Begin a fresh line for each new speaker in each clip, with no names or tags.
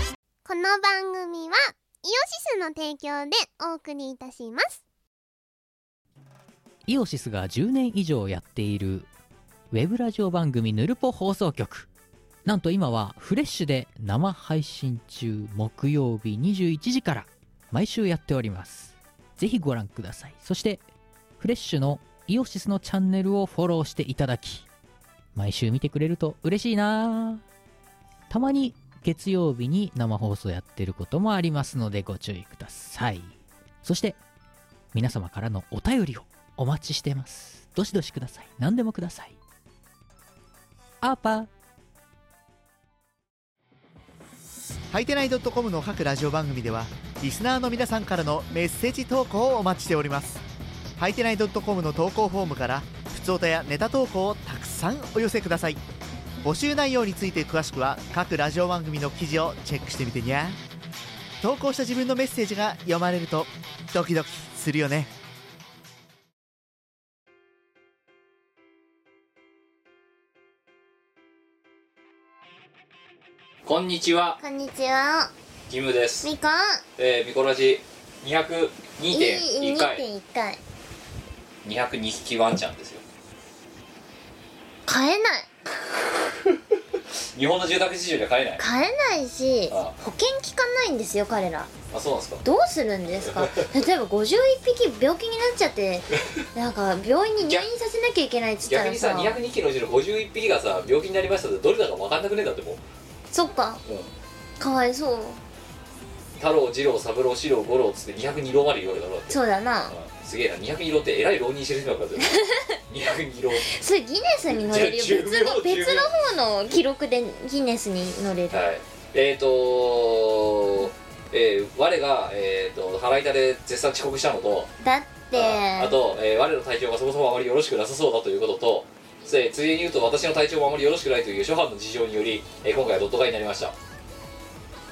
の番組はイオシスの提供でお送りいたします
イオシスが10年以上やっているウェブラジオ番組ぬるぽ放送局なんと今はフレッシュで生配信中木曜日21時から毎週やっておりますぜひご覧くださいそしてフレッシュのイオシスのチャンネルをフォローしていただき毎週見てくれると嬉しいなぁたまに月曜日に生放送やってることもありますのでご注意くださいそして皆様からのお便りをお待ちしてますどしどしください何でもくださいアーパー
はいてない .com の各ラジオ番組ではリスナーの皆さんからのメッセージ投稿をお待ちしておりますはいてない .com の投稿フォームから普通歌やネタ投稿をたくさんお寄せください募集内容について詳しくは各ラジオ番組の記事をチェックしてみてにゃ投稿した自分のメッセージが読まれるとドキドキするよね
こんにちは、
こんにちは
キムです。
みこ
えー、ミコラジ202.1回、
2.1回
202匹ワンちゃんですよ。
買えない
日本の住宅事情じゃ買えない。
買えないし
あ
保険効かないんですよ彼ら
あ、そうなんですか。
どうするんです か例えば51匹病気になっちゃってなんか病院に入院させなきゃいけないっつった
逆
ら
にさ、
さ
202匹のうちの51匹がさ、病気になりましたってどれだか分かんなくねえんだってもう。
そっか
うん。
かわいそう
太郎、二郎、三郎、四郎、五郎っつって202郎まで言われたろだって。
そうだな
うんすげえな、202郎って偉い浪人してる人 なんだよ。202郎。
それギネスに乗れるよ
じゃあ
別の
10秒
別の方の記録でギネスに乗れる
はい。えーとー、えー、我が、えーと、腹痛で絶賛遅刻したのと、
だって
ああと、えー我の体調がそもそもあまりよろしくなさそうだということとついついでに言うと私の体調もあまりよろしくないという諸般の事情により、えー今回はドット買いになりました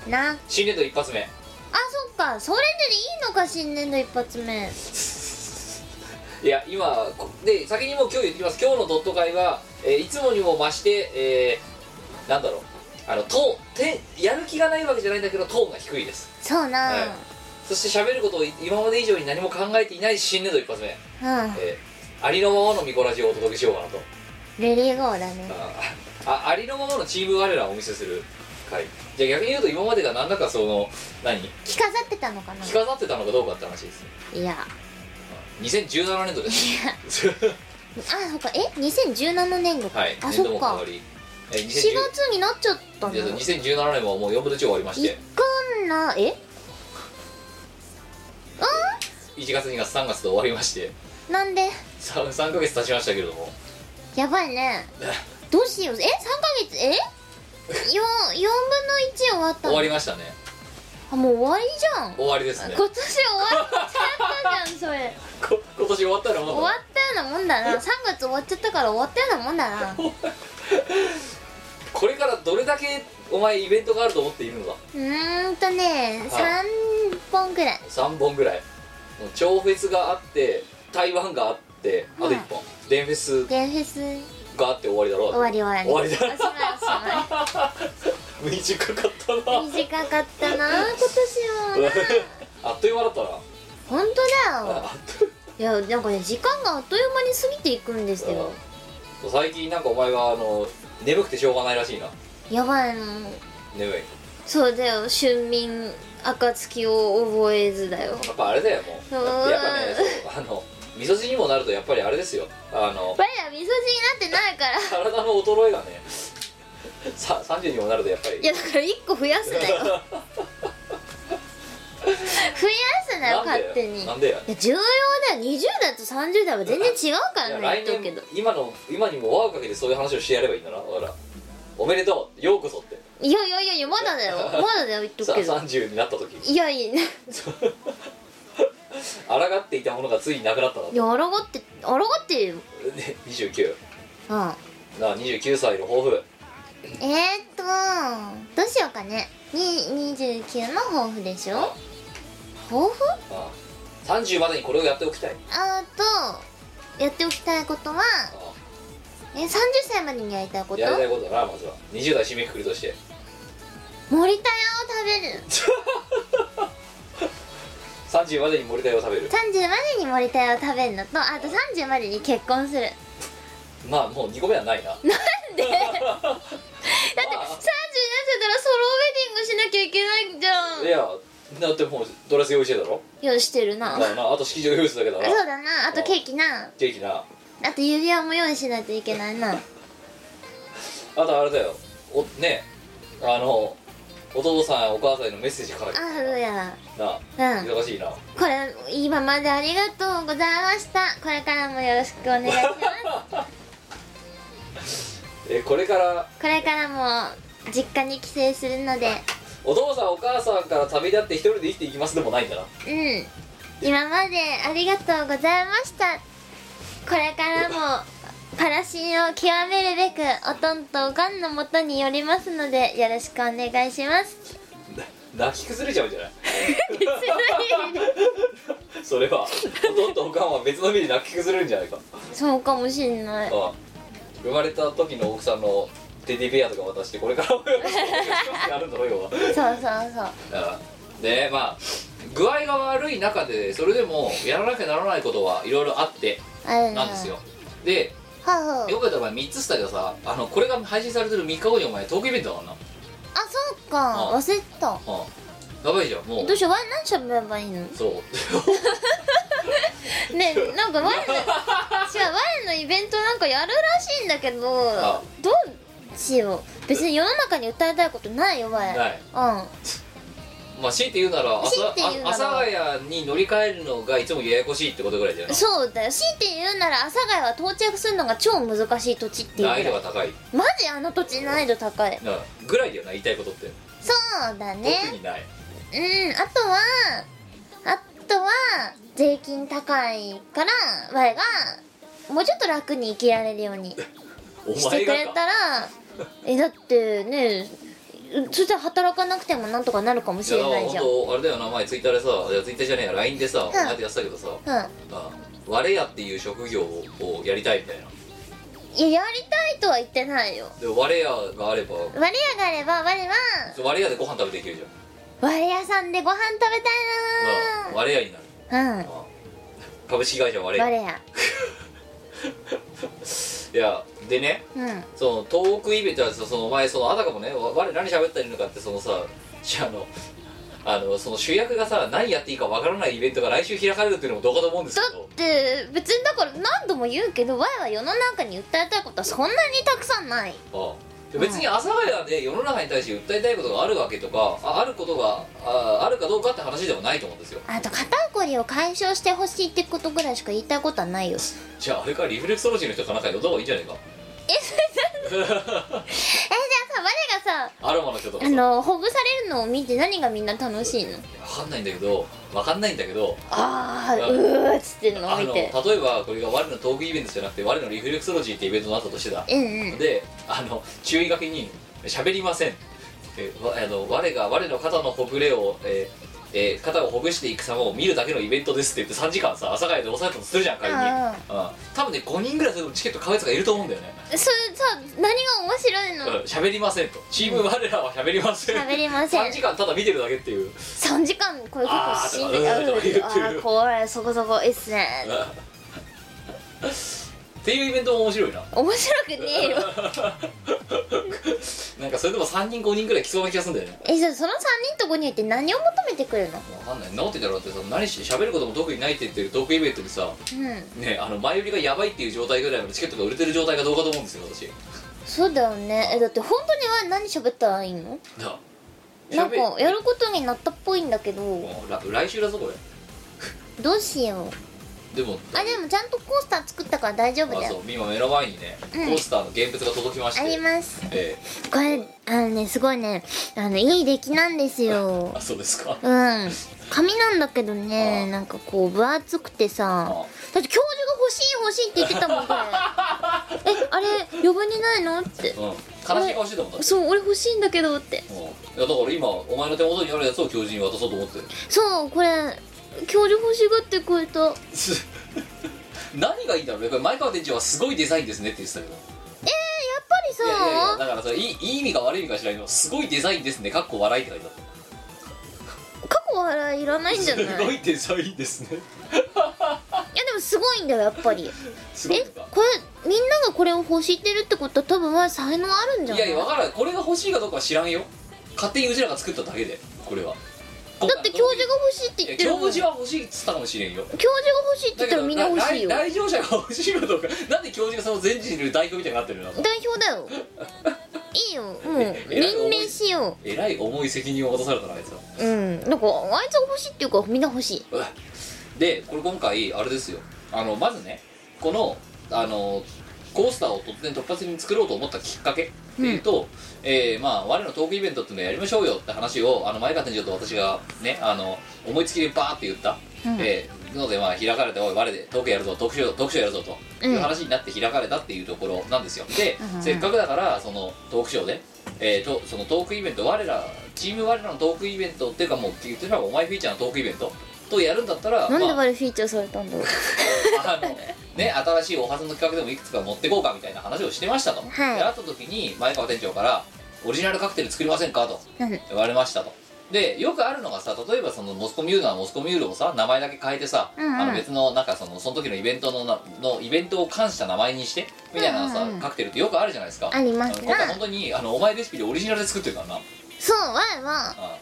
なあ
新年度一発目
そっかそれでいいのか新年度一発目
いや今こで先にもう今日言ってきます今日のドット会は、えーいつもにも増して、えーなんだろうあのトーンてやる気がないわけじゃないんだけどトーンが低いです
そうな、
はいそして喋ることをい今まで以上に何も考えていない新年度一発目、
うん
えーありのままのミコラジをお届けしようかなと
レリーゴーだね
ああありのままのチーム我らをお見せする回じゃあ逆に言うと今までが何らかその何
着飾ってたのかな
着飾ってたのかどうかって話ですね
いや
2017年度です
あそっかえ2017年度か、
はい
あ
年
そ
度
っ
も変
か
わりえー
4
2010
月になっちゃったの
いや
行
2017年ももう4分の1終わりまして
かんなえ
1月2月3月と終わりまして
なんで
3, 3ヶ月経ちましたけれども
やばいねどうしようえ三3ヶ月えよ4分の1終わった
終
の
わりましたね
あもう終わりじゃん
終わりですね
今年終わっちゃったじゃんそれ
こ今年終わったら
終
もう
わったようなもんだな3月終わっちゃったから終わったようなもんだ なう
これからどれだけお前イベントがあると思っているのだ
ーんとね3本ぐらい
3本ぐらいもう超フェスがあって台湾があってあと1本、デンフェス
ゲンフェス
があって終わりだろ
終わり終わり
終わりだ
おしま
短かった
いおしまい短か ったな今年は
なあっという間だったな
本当だよ
あっと
いやなんかね時間があっという間に過ぎていくんですよ
うん最近なんかお前はあの眠くてしょうがないらしいな
やばいの
眠い
そうだよ春眠暁を覚えずだよ
やっぱあれだよもう
うん
やっぱねそうあの味噌汁にもなるとやっぱりあれですよあの
我ら味噌汁になってないから
体の衰えがねさ30にもなるとやっぱり
いやだから1個増やすな よ増やすなよ
なんで
勝手にい
なんでや
や重要だよ20代と30代は全然違うから
いや
ね言
来
っとくけ
年
ど
今の今にも輪をかけてそういう話をしてやればいいんだなほらおめでとうようこそって
いやいやいやいやまだだよまだだよ言っと
さ
くけど
30になった時
いやいやい
抗っていたものがついになくなったな
やあらがってあらがってよ
で29
うん
なあ29歳の抱負
えー、っとどうしようかねに29の抱負でしょ抱負
ああ30までにこれをやっておきたい
あとやっておきたいことは
ああ
え30歳までにやりたいこと
やりたいことだなまずは20代締めくくりとして
森田屋を食べる
30までに森田屋を食べる
30までに森田屋を食べるのとあと30までに結婚する
まあもう2個目はないななんで
だって30になっちゃったらソロウェディングしなきゃいけないじゃん
いやだってもうドレス用意してたろ
よしてるな
だからなあと式場用意するだけだ
そう
な
だなあとケーキな
ケーキな
あと指輪も用意しないといけないな
あとあれだよおねあのお父さんお母さんへのメッセージ書いて
あそうや
な
うん
忙しいな
これ今までありがとうございましたこれからもよろしくお願い します
えこれから
これからも実家に帰省するので
お父さんお母さんから旅立って一人で生きていきますでもないんだな
うん今までありがとうございましたこれからもパラシンを極めるべくおとんとおかんのもとに寄りますのでよろしくお願いします
な泣き崩れちゃうんじゃない
強い
それはおとんとおかんは別の意味で泣き崩れるんじゃないか
そうかもしんない
ああ生まれた時の奥さんのテディベアとか渡してこれからもよろしくお願いしますってなるんだろ要は
そうそうそう
ああでまあ具合が悪い中でそれでもやらなきゃならないことはいろいろあって
ある
なんですよで
はあ、はあ、
よかったらお前3つしたけどさあのこれが配信されてる3日後にお前トークイベントだからな
あそうか
あ
忘れてた
ああやばいじゃんも
どう
う
しようわ何しゃべればいいの
そう
ねえなんかワイの違うワイのイベントなんかやるらしいんだけど
あ
どうしよう別に世の中に訴えたいことないよワイ
ない
うん
まあ強いて言うなら朝
強いて言うなら
阿佐ヶ谷に乗り換えるのがいつもややこしいってことぐらいだよな
そうだよ強いて言うなら阿佐ヶ谷は到着するのが超難しい土地っていう
難易
ぐら
度が
い
高い
マジあの土地難易度高い
なぐらいだよな言いたいことって
そうだ
特
ね
にない
うんあとはあとは税金高いからワイがもうちょっと楽に生きられるよう に
お
して
前
くれ
が
た
から
えだってねそしたら働かなくてもなんとかなるかもし
いや
れ
だか
な
ら
いじゃんうん
本当あれだよな前ツイッターでさいやツイッターじゃねえや LINE でさお前ってやってたけどさあ我屋っていう職業をやりたいみたいない
ややりたいとは言ってないよ
で我屋があれば
我屋があれば我は
我屋でご飯食べていけるじゃん
我屋さんでご飯食べ
ああ我屋になる
たいなうん
ああ株式会社我屋
我屋
いやでね
うん
そのトークイベントはそのお前そのあたかもねわ我何喋ったらいいのかってそのさしあのあのその主役がさ何やっていいかわからないイベントが来週開かれるっていうのもどうかと思うんです
だ
けど
って別にだから何度も言うけど我は世の中に訴えたいことはそんなにたくさんない
ああ別に阿佐ヶ谷で世の中に対して訴えたいことがあるわけとかああることがああるかどうかって話でもないと思うんですよ
あと肩こりを解消してほしいってことぐらいしか言いたいことはないよ
じゃああれかリフレクソロジーの人かなんか呼んだ方がいいんじゃないか
えじゃあさ我がさ
アロマの人とか
あ
さ
のほぐされるのを見て何がみんな楽しいの
分かんないんだけど分かんないんだけど
ああ
う
うんーっつってんの
あ
見
の例え
て
ばこれが我のトークイベントじゃなくて我のリフレクソロジーってイベントだったとしてだ
うんうん
であの注意書きに「喋りません」えわあの我が我の肩のほぐれを、えーえー肩をほぐしていく様を見るだけのイベントですって言って3時間さ朝帰りで抑えたとするじゃん仮に、
うんうん
うん多分ね5人ぐらいそれでもチケット買うやつがいると思うんだよね
それさ何が面白いの
うん喋、りませんとチーム我らは喋りません
喋りません
3時間ただ見てるだけっていう、
3時間これ結構死んで
あ
た
ー
う
とか言ってる
んあーこれそこそこいいっすね
うんっていうイベントも面白いな
面白くねえよ
なんかそれでも3人5人ぐらい来そうな気がするんだよね
えじゃあその3人と5人って何を求めてくるの
わかんない治ってたらだってさ何し喋ることも特にないって言ってるトークイベントにさ
うん
ねあの前売りがやばいっていう状態ぐらいまでチケットが売れてる状態がどうかと思うんですよ私
そうだよねえだって本当には何喋ったらいいの
な
なん
喋
かやることになったっぽいんだけど
もうら来週だぞこれ
どうしよう
でも
あでもちゃんとコースター作ったから大丈夫だ
あ
よ
そう今目の前にね、
うん
コースターの現物が届きまして
あります
え
これあのねすごいねあのいい出来なんです
え
よ
あそうですか
うん紙なんだけど
あ
ねなんかこう分厚くてさ
あ
だって教授が欲しい欲しいって言ってたも んこれえあれ余分にないのって
うん悲しい顔してたもんだって
そう俺欲しいんだけどって
うんいやだから今お前の手元にあるやつを教授に渡そうと思ってる
そうこれ教授欲しがってくれた
何がいいんだろうねこれ前川店長はすごいデザインですねって言ってたけど
やっぱりそう
いやいやいやだからそれいいいい意味か悪い意味か知らないけどすごいデザインですねかっこ笑いって書いてあった
過去笑いいらないんじゃないいや
す
で
ごいデザインですね
もすごいんだよやっぱり
すごい
え
か
これみんながこれを欲してるってことは多分は才能あるんじゃ
い
な
や
い
いや分からんこれが欲しいかどうかは知らんよ勝手にうちらが作っただけでこれはだ
だって教授が欲しいって
い
言
や
ってる
教
もん教授
授
が
は欲しいっつったかもしれんよ
欲しいって言ったらみんな欲しいよ
だけど来来場者が欲しいかどうかなんで教授がその全人類代表みたいになってるの
代表だ よいいよもう
え
任命しよ
えらい重い責任を持たされたなあいつは
ううんなんかあいつが欲しいっていうからみんな欲しいう
わでこれ今回あれですよあのまずねこのあのコースターを突然突発的に作ろうと思ったきっかけっていうと、えーまあ我のトークイベントっていうのをやりましょうよって話をあの前川店長と私がねあの思いつきでバーって言った、
うん
えーのでまあ開かれておい我でトークやるぞトークショートークショーやるぞと
うん
いう話になって開かれたっていうところなんですよで、
うんうん
せっかくだからそのトークショーでえー、とそのトークイベント我らチーム我らのトークイベントっていうかもう言ってみればお前フィーチャーのトークイベントとやるんだったら
なんで
まあ
バルフィーチャーされたんだろう
あのね新しいおはずの企画でもいくつか持ってこうかみたいな話をしてましたと、
はい
で会った時に前川店長から「オリジナルカクテル作りませんか?」と
うん
言われましたとでよくあるのがさ例えばそのモスコミュールはモスコミュールをさ名前だけ変えてさ、
うんうん
あの別のなんかそのその時のイベントのなのイベントを冠した名前にしてみたいなさ、
うんうんうん
カクテルってよくあるじゃないですか
ありますな
今回本当にあのお前レシピでオリジナルで作ってるからな
そうわいは
あ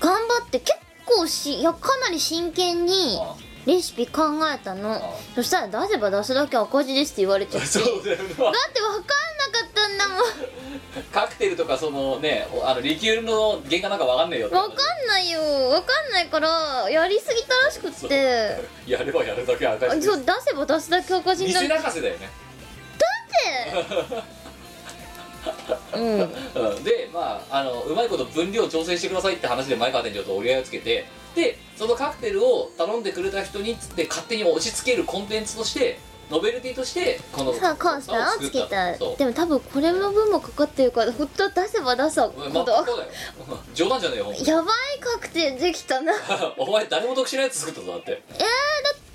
頑張って結構しいやかなり真剣に
あ
レシピ考えたの
あ
そしたら出せば出すだけ赤字ですって言われちゃってだ
そうだよな
って分かんなかったんだもん
カクテルとかそのねおあのリキュールの原価なんかわかんねえよって
分かんないよ分かんないからやりすぎたらしくって
やればやるだけ赤
あ
字
そう出せば出すだけ赤字にな
店
る
泣かせだよね、
うんうん
うん、でまああのうまいこと分量調整してくださいって話で前川店長と折り合いをつけてでそのカクテルを頼んでくれた人にっつって勝手に押し付けるコンテンツとしてノベルティとしてこの
さあコースターをつけた
そう
でも多分これの分もかかってるから本当は出せば出すほ
まあ
ど
そうだよ冗談じゃねえよほんと
やばい確定できたな
お前誰も得しないやつ作ったぞだって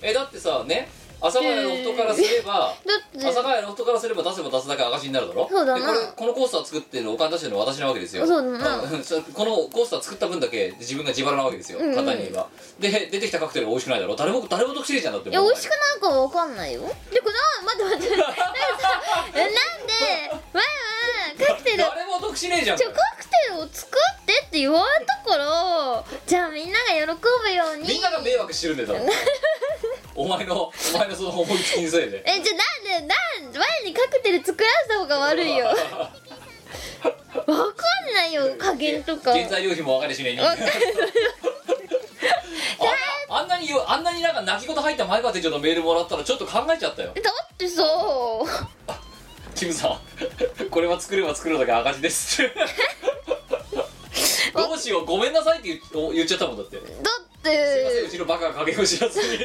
えだってさね朝ヶ谷ロフトからすれば
だって
朝ヶ谷ロフトからすれば出せば出すだけ赤字になるだろ
そうだな
でこれこのコースター作ってるお金出してるのは私なわけですよ
そうだな
うんそうこのコースター作った分だけ自分が自腹なわけですよ
うんうん
簡単に言えばで出てきたカクテルが美味しくないだろ誰も誰も得しねえじゃんだって
いや
もう
美味しくないかは分かんないよでこの待って待 っ てなんかさえなんでわいはカクテル
誰も得しねえじゃん
ちょカクテルを作ってって言われたからじゃあみんなが喜ぶように
みんなが迷惑してるんだよ多分お前のお前のその思いつきのせいで
えじゃあなんでなん前にカクテル作らせた方が悪 いよわかんないよ加減とか
原材料費も分かりしねえ人間
わかんない
あんなあんなによあんなになんか泣き言入った前川店長のメールもらったらちょっと考えちゃったよ
だってさ
キムさんこれは作れば作るだけ赤字 ですってどうしようごめんなさいって言っ言っちゃったもんだってすい
だっ
ませんう
て
ちのバカが影を知らずに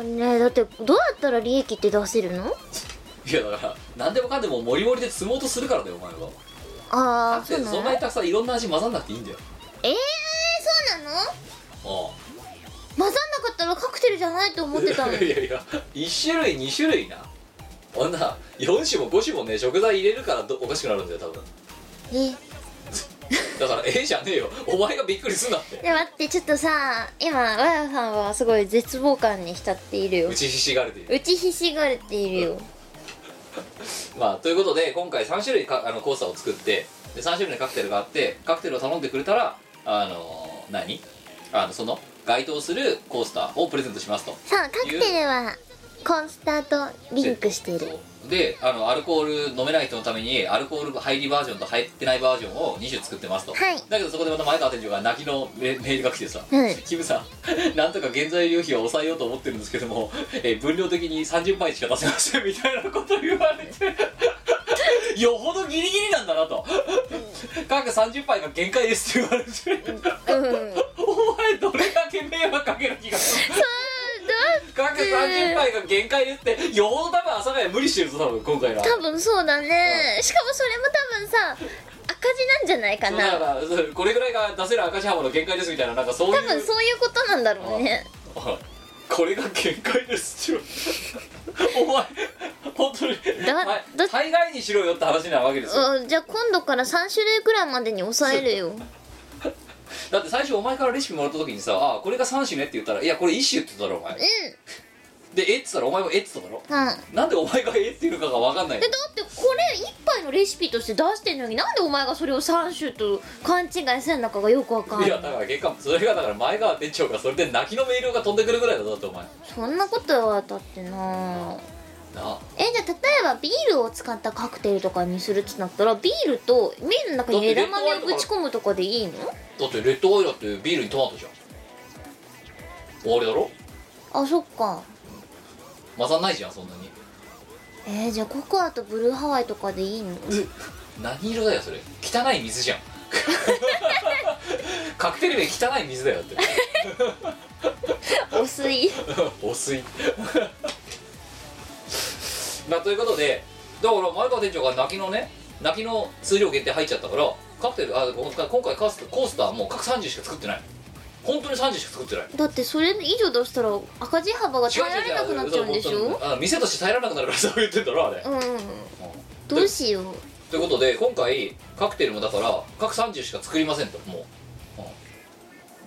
えねえだってどうやったら利益って出せるの
いやだから何でもかんでもモリモリで積もうとするからだよお前は
ああ
で
そうな
そん
の
なにたくさんいろんな味混ざんなくていいんだよ
ええー、そうなの
あ
混ざんなかったらカクテルじゃないと思ってた
あ
の
いやいや1種類2種類なあんな4種も5種もね食材入れるからどおかしくなるんだよ多分
え
だからええじゃねえよお前がびっくりすん なって
で待ってちょっとさ今わやさんはすごい絶望感に浸っているよ
打ちひしがれている
打ちひしがれているよ
まあということで今回3種類かあのコースターを作ってで3種類のカクテルがあってカクテルを頼んでくれたらあの何あのその該当するコースターをプレゼントしますと
さあカクテルはコンスターとリンクしている
であのアルコール飲めない人のためにアルコール入りバージョンと入ってないバージョンを2種作ってますと、
はい
だけどそこでまた前川店長が泣きのメメールが来てさ「
うん
キムさん なんとか原材料費を抑えようと思ってるんですけども、えー分量的に30杯しか出せません」みたいなこと言われてよほどギリギリなんだなと各30杯が限界ですって言われて
うんだっ
お前どれだけ迷惑かける気がする各30杯が限界ですってよほど多分朝ヶ谷無理してるぞ多分今回の
多分そうだねしかもそれも多分さ赤字なんじゃないか
そうだか
な
らそうこれぐらいが出せる赤字幅の限界ですみたいななんかそういう
多分そういうことなんだろうね
あこれが限界ですって言われてお前本当に
だ
はい
だ
大概にしろよって話なわけですよ
うんじゃあ今度から3種類くらいまでに抑えるよ
だって最初お前からレシピもらった時にさ「ああこれが3種ね」って言ったら「いやこれ1種」って言ったろお前
う
で「えっ?」て言ったらお前も「えっ?」って言ったろ
んうん
なんでお前が「えっ?」っていうのかが分かんない
でだってこれ一杯のレシピとして出してんのになんでお前がそれを3種と勘違いせんのかがよくわかんないい
やだから結果それがだから前川店長がそれで泣きのメールが飛んでくるぐらいだぞだってお前な
そんなことはだってな
あ
えじゃあ例えばビールを使ったカクテルとかにするってなったらビールとビールの中に枝豆をぶち込むとかでいいの
だってレッドオイラってビールにトマトじゃん終わりだろ
あそっか
混ざんないじゃんそんなに
えー、じゃあココアとブルーハワイとかでいいの
何色だよそれ汚い水じゃん カクテル名汚い水だよだって
お水
お水 まあということでだから前川店長が泣きのね泣きの数量限定入っちゃったからカクテルあ今回今回カースコースターもう各30しか作ってない本当に30しか作ってない
だってそれ以上出したら赤字幅が
違う
耐えられなくなっちゃうんでし
違う違う
ょ
あ店として耐えられなくなるから そう言ってんだろあれ、
うんどうしよう
ということで今回カクテルもだから各30しか作りませんともう、うん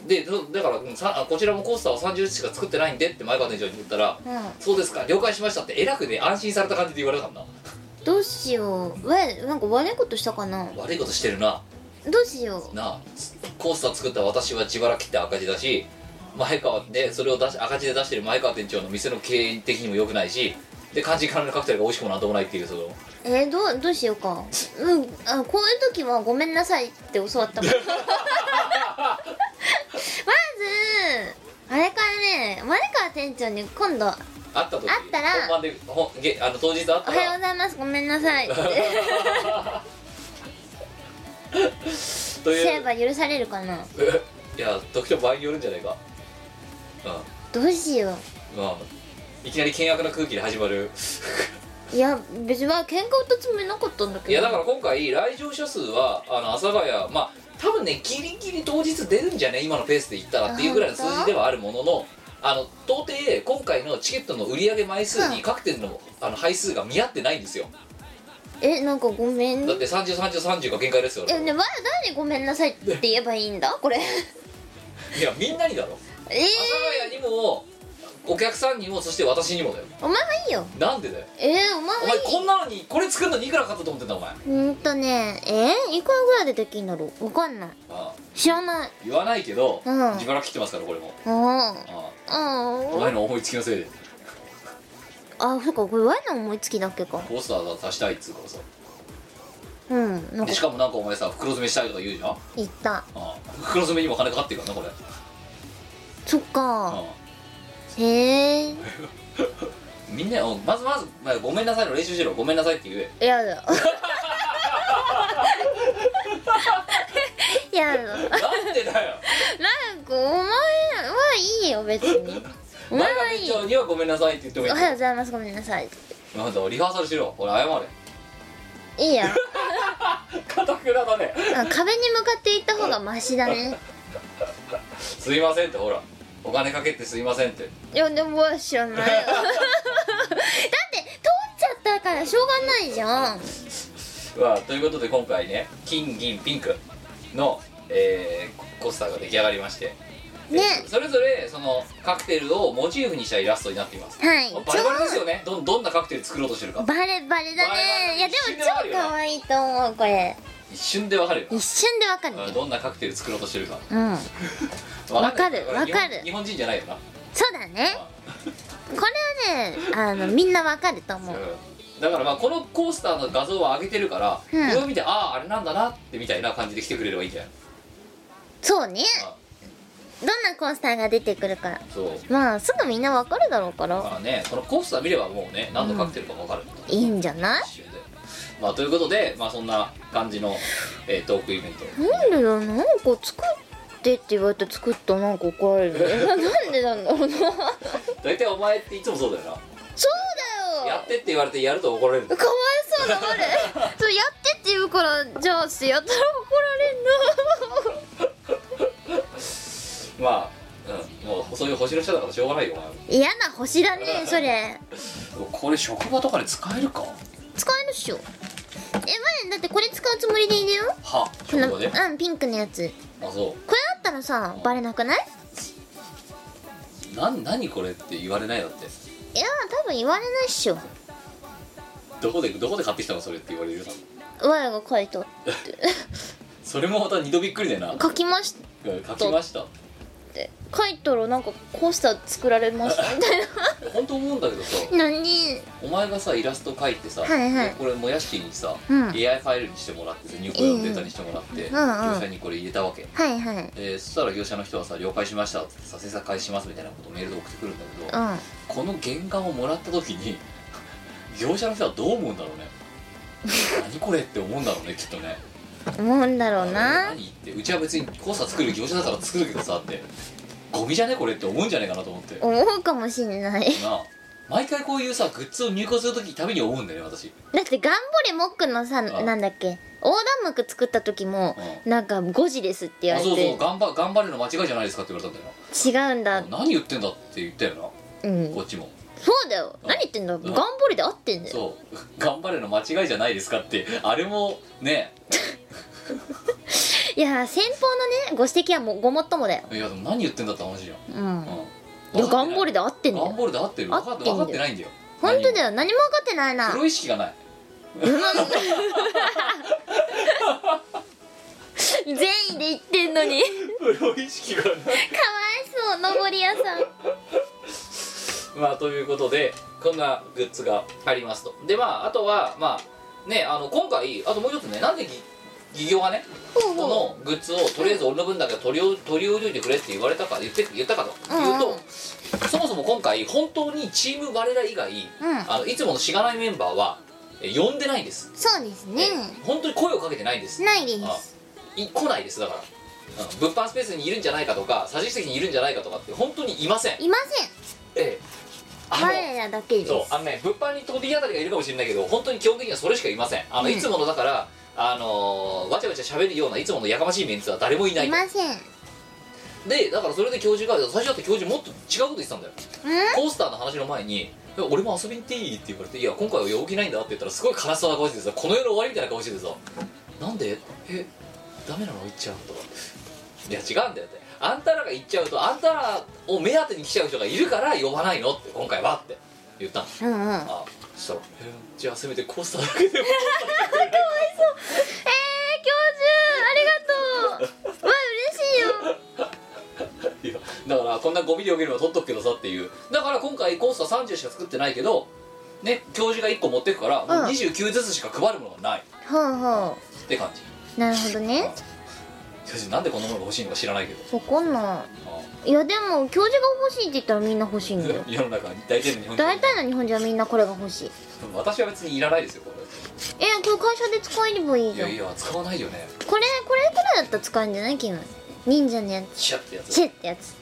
でどだからうんさあこちらもコースターは30しか作ってないんでって前川店長に言ったら
うん
「そうですか了解しました」って偉くで安心された感じで言われたんだ
どうしようわなんか悪いことしたかな
悪いことしてるな
どうしよ
なあコースター作った私は自腹切って赤字だし前川でそれを出し赤字で出してる前川店長の店の経営的にも良くないしで肝心からのカクテルが美味しくもなんともないっていうその
うえー、どうどうしようかうんあこういう時はごめんなさいって教わ ったもんまずあれからね前川店長に今度「
あった時
あったら
本番でほんげあの当日あ
お
った
はよう
ら
ございますごめんなさい」って
と
す
い
れ
う
ば許されるかない
や時と場合によるんじゃないかう
どうしようん
まあいきなり険悪な空気で始まる
いや別にまあ喧嘩打ったつもりなかったんだけど
いやだから今回来場者数はあの阿佐ヶ谷まあ多分ねギリギリ当日出るんじゃね今のペースでいったらっていうぐらいの数字ではあるもののあの到底今回のチケットの売り上げ枚数
う
に
ん
各店のあの配数が見合ってないんですよ
えなんかごめん
だって303030が限界ですよ
えねまだ誰にごめんなさいって言えばいいんだこれ
いやみんなにだろ
え
阿佐ヶ谷にもお客さんにもそして私にもだよ
ー、お前はいいよ
なんでだよ
えー、お前
お
は
前
いい
こんなのにこれ作るのにいくらかかったと思ってんだお前
うーんとねえー、いくらぐらいでできんだろうわかんない
ああ
知らない
言わないけど、
うん
自腹切ってますからこれも
あー
ああお
あ
前の思いつきのせいで
ああそっかこれワイの思いつきだっけか
コースター出したいっつうからさ
うんなんか
でしかもなんかお前さ袋詰めしたいとか言うじゃんあ
言った
あ袋詰めにも金かかってるからなこれ
そっか
あ
へえ
あみんなうんまずまず、まあごめんなさいの練習しろごめんなさいって言え
や だやだなんか
なんで だよ
お前はいいよ別にお前
前が
はい
店
い
長にはごめんなさいって言っても
お
いい
はようございますごめんなさい
なんだリハーサルしろ俺謝れ
いいや
かたくなだね
うん壁に向かっていった方がマシだね
すいませんってほらお金かけてすいませんって
いやでもわし知らないよ だって通っちゃったからしょうがないじゃん
まあ、ということで今回ね金銀ピンクの、えーコースターが出来上がりまして、えー
ね
それぞれそのカクテルをモチーフにしたイラストになっています、
はい
まあバレバレですよねどんどんなカクテル作ろうとしてるか
バレバレだ
バレバレ
ねいやで
一
も
瞬でわかる
超
よな
可愛いと思うこれ
一瞬でわかるよ
一瞬でわかる
うん
よ
どんなカクテル作ろうとしてるか
うん
わんない
わかる
これ日本
わかる
日本人じゃないよな
そうだねこれはねあのみんなわかると思う
だからまあこのコースターの画像は上げてるから、
うん
これを見てあああれなんだなってみたいな感じで来てくれればいいんじゃない
そうね
あ
どんなコースターが出てくるか
そう
まあすぐみんなわかるだろうか
だかららねこのコースター見ればもうね何のカクテルかわかる、
いいんじゃない
一瞬でまあということでまあそんな感じの、えートークイベント
なんでだろうなんか作ってって言われて作ったなんか怒られる ねなんでなんだろうなそう
大体お前っていつもそうだよな
だよ
やってって言われてやると怒られる
かわいそうな 俺そうやってって言うからじゃあしてやったら怒られんな
まあうん、もうそういう星の下だからしょうがないよお前も
嫌な星だねそれ
これ職場とかで使えるか
使えるっしょえ前だってこれ使うつもりでいるよ
は
こ
職
の
場で
うんピンクのやつ
あそ
これあったらさバレなくないう
なん何これって言われないだって
いや多分言われないっしょ
どこでどこで買ってきたのそれって言われるよ多分
我が書いた
それもまた二度びっくりだよな
書きまし
書きました
書いたらなんかコースター作られましたみたいな
本当思うんだけどさ
何
お前がさイラスト描いてさ、
はいはい
でこれもやしにさ、
うん
AI ファイルにしてもらってさ入庫用のデータにしてもらって、
うんうん
業者にこれ入れたわけ、
はいはい
でそしたら業者の人はさ了解しましたってさ制作開始しますみたいなことをメールで送ってくるんだけど、
うん
この原画をもらった時に 業者の人はどう思うんだろうね何これって思うんだろうねきっとね
思うんだろうな
何言ってうちは別にコースター作る業者だから作るけどさってゴミじゃねこれって思うんじゃないかなと思って
思うかもしんない
なあ毎回こういうさグッズを入庫するときたびに思うんだよね私
だってガンボレモックのさなんだっけ横断幕作った時もなんか5時ですって言わ
あ
れ
そうそう
て
頑張頑張れの間違いじゃないですかって言われたんだよ
違うんだ
な何言ってんだって言ったよな
うん
こっちも
そうだよ
うん
何言ってんだ
ん
ガンボレで合ってんだよ
そう 頑張れの間違いじゃないですかってあれもね
いや先方のねご指摘はもうごもっともだよ
いやでも何言ってんだって話じゃん
うん
うん
いやガンボレ
だ
で合ってんだ
ガン
よ
ボールで合ってる分か
合っ
って
てんだよ
分かってないんだよ
本当だ
よ
よ何も分かってないな
プロ意識がない
善意で言ってんのに
プロ意識がない
かわいそう登り屋さん
まあということでこんなグッズがありますとでまああとはまあねあの今回あともう一つねなんでぎ企業がね
ほう
こ
ほ
のグッズをとりあえず俺の分だけ取りお取り置いといてくれって言われたか言って言ったかと
うんうん
言うと、そもそも今回本当にチーム我ら以外、
うん
あのいつものしがないメンバーはえ呼んでないんです、
うそうですね
え本当に声をかけてないんです
ないで
あ
す
い来ないですだからうん物販スペースにいるんじゃないかとか桟敷席にいるんじゃないかとかって本当にいません
いません
ええあの
我らだけです
そうあのね物販に飛び当たりがいるかもしれないけど本当に基本的にはそれしかいませんあの、
うん
いつものだからあのーわちゃわちゃ喋るようないつものやかましいメンツは誰もいない
いません
でだからそれで教授が最初だって教授もっと違うこと言ってたんだよ
うん
コースターの話の前に「いや俺も遊びに行っていい?」って言われて「いや今回は陽気ないんだ」って言ったらすごい悲しそうな顔してさこの世の終わりみたいな顔しててさ「なんでえダメなの行っちゃう?」とか「いや違うんだよ」って「あんたらが行っちゃうとあんたらを目当てに来ちゃう人がいるから呼ばないの」って今回はって言ったの
うんうん
あそしたら「えーじゃあせめてコースターだけでも
えー、教授ありがと うわ嬉しいよ
いやだからこんなゴミでよければ取っとくけどさっていうだから今回コースは30しか作ってないけどね教授が1個持ってくからもう29ずつしか配るものがない
ほうほ
って感じ
うなるほどね
教授なんでこんなものが欲しいのか知らないけど
わかんな
あ
いいやでも教授が欲しいって言ったらみんな欲しいんだよ
あ世の中に大体の日本人
大体の日本人はみんなこれが欲しい
私は別にいらないですよこ
え今日会社で使えればいい
れい
じゃ
や
ん
いや使わないよね
これこれくらいだったら使えんじゃない君忍者のやつ
シャってやつ
チェってやつ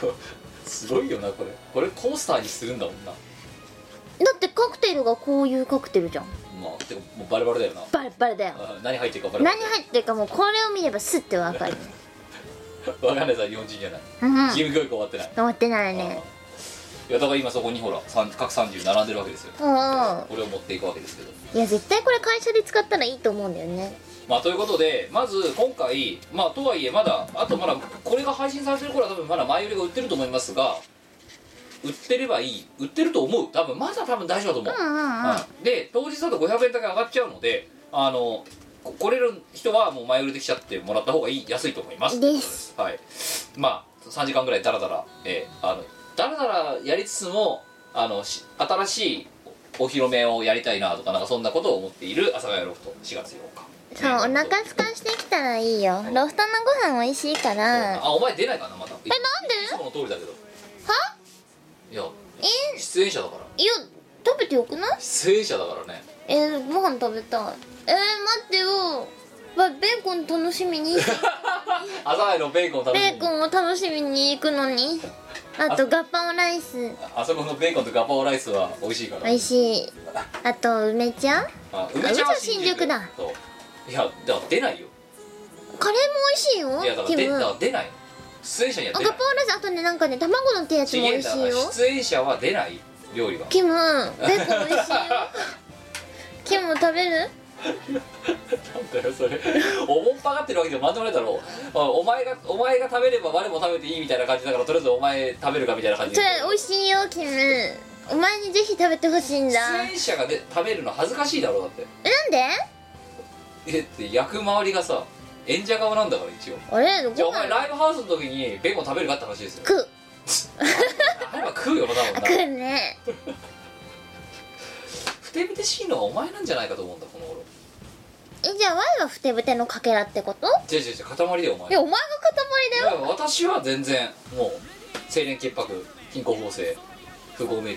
こうすごいよなこれこれコースターにするんだもんな
だってカクテルがこういうカクテルじゃん
まあてかもうバレバレだよな
バレバレだよ
あ何入ってるかバレバレ
何入ってるかもうこれを見ればスッてわかる
わかんないさ日本人じゃない
うん
義務教育終わってない
終わってないね
あーいやだから今そこにほらさん各30並んでるわけですよ
うんうん
これを持っていくわけですけど
いや絶対これ会社で使ったらいいと思うんだよね
まあということでまず今回まあとはいえまだあとまだこれが配信されてる頃は多分まだ前売りが売ってると思いますが売ってればいい売ってると思う多分まだ多分大丈夫だと思う、
うんうんうん
うんで当日だと500円だけ上がっちゃうのであのこ来れる人はもう前売りで来ちゃってもらった方がいい安いと思います
です
はいまあ3時間ぐらいダラダラえーあのダラダラやりつつもあのし新しいおお披露目をやりたいなとかなんかそんなことを思っている阿佐ヶ谷ロフト4月8日
そうお腹
そう
空かしてきたらいいよロフトのご飯美味しいからは
あお前出ないかなまたえ
なんで
いつもの通りだけどいや
え
出演者だから
いや食べてよくない
出演者だからね
えー、ご飯食べたいえー、待ってよわベーコン楽しみ に
阿佐ヶ谷のベーコンを食べ
ベーコンを楽しみに行くのにあとガパオライス
あそこのベーコンとガパオライスは美味しいから
美味しいあと梅茶
あ
梅茶新緑だ
そういやだから出ないよ
カレーも美味しいよ
いやだから
キ
でだ
ム
から出ない出演者には
赤
出
ポー
な
ル
い
さんあとねなんかね卵のってやつ
ち
も美
げえん
味
だ
しい
から
よ
出演者は出ない料理が
キムベーコン美 味しいよキム食べる
なんだよそれ おもんぱがってるわけでもなんでもないだろうあお前がお前が食べれば我も食べていいみたいな感じだからとりあえずお前食べるかみたいな感じ
そ
で
れ美味しいよキムお前にぜひ食べてほしいんだ
出演者が、ね、食べるの恥ずかしいだろうだって
えなんで
えって焼く周りがさ演者側なんだから一応
あれ
じゃ
ご
あお前
飯
ライブハウスの時にベーコン食べるかって話です よ
食う
あれは食うよな多
あ
分
食う
な
ね
ふてぶてしいのはお前なんじゃないかと思うんだこの頃
えじゃあ Y はふてぶてのかけらってこと
違う違う違う塊だよお前
いやお前が塊だよ
いや私は全然もう清廉潔白貧困法制不合名備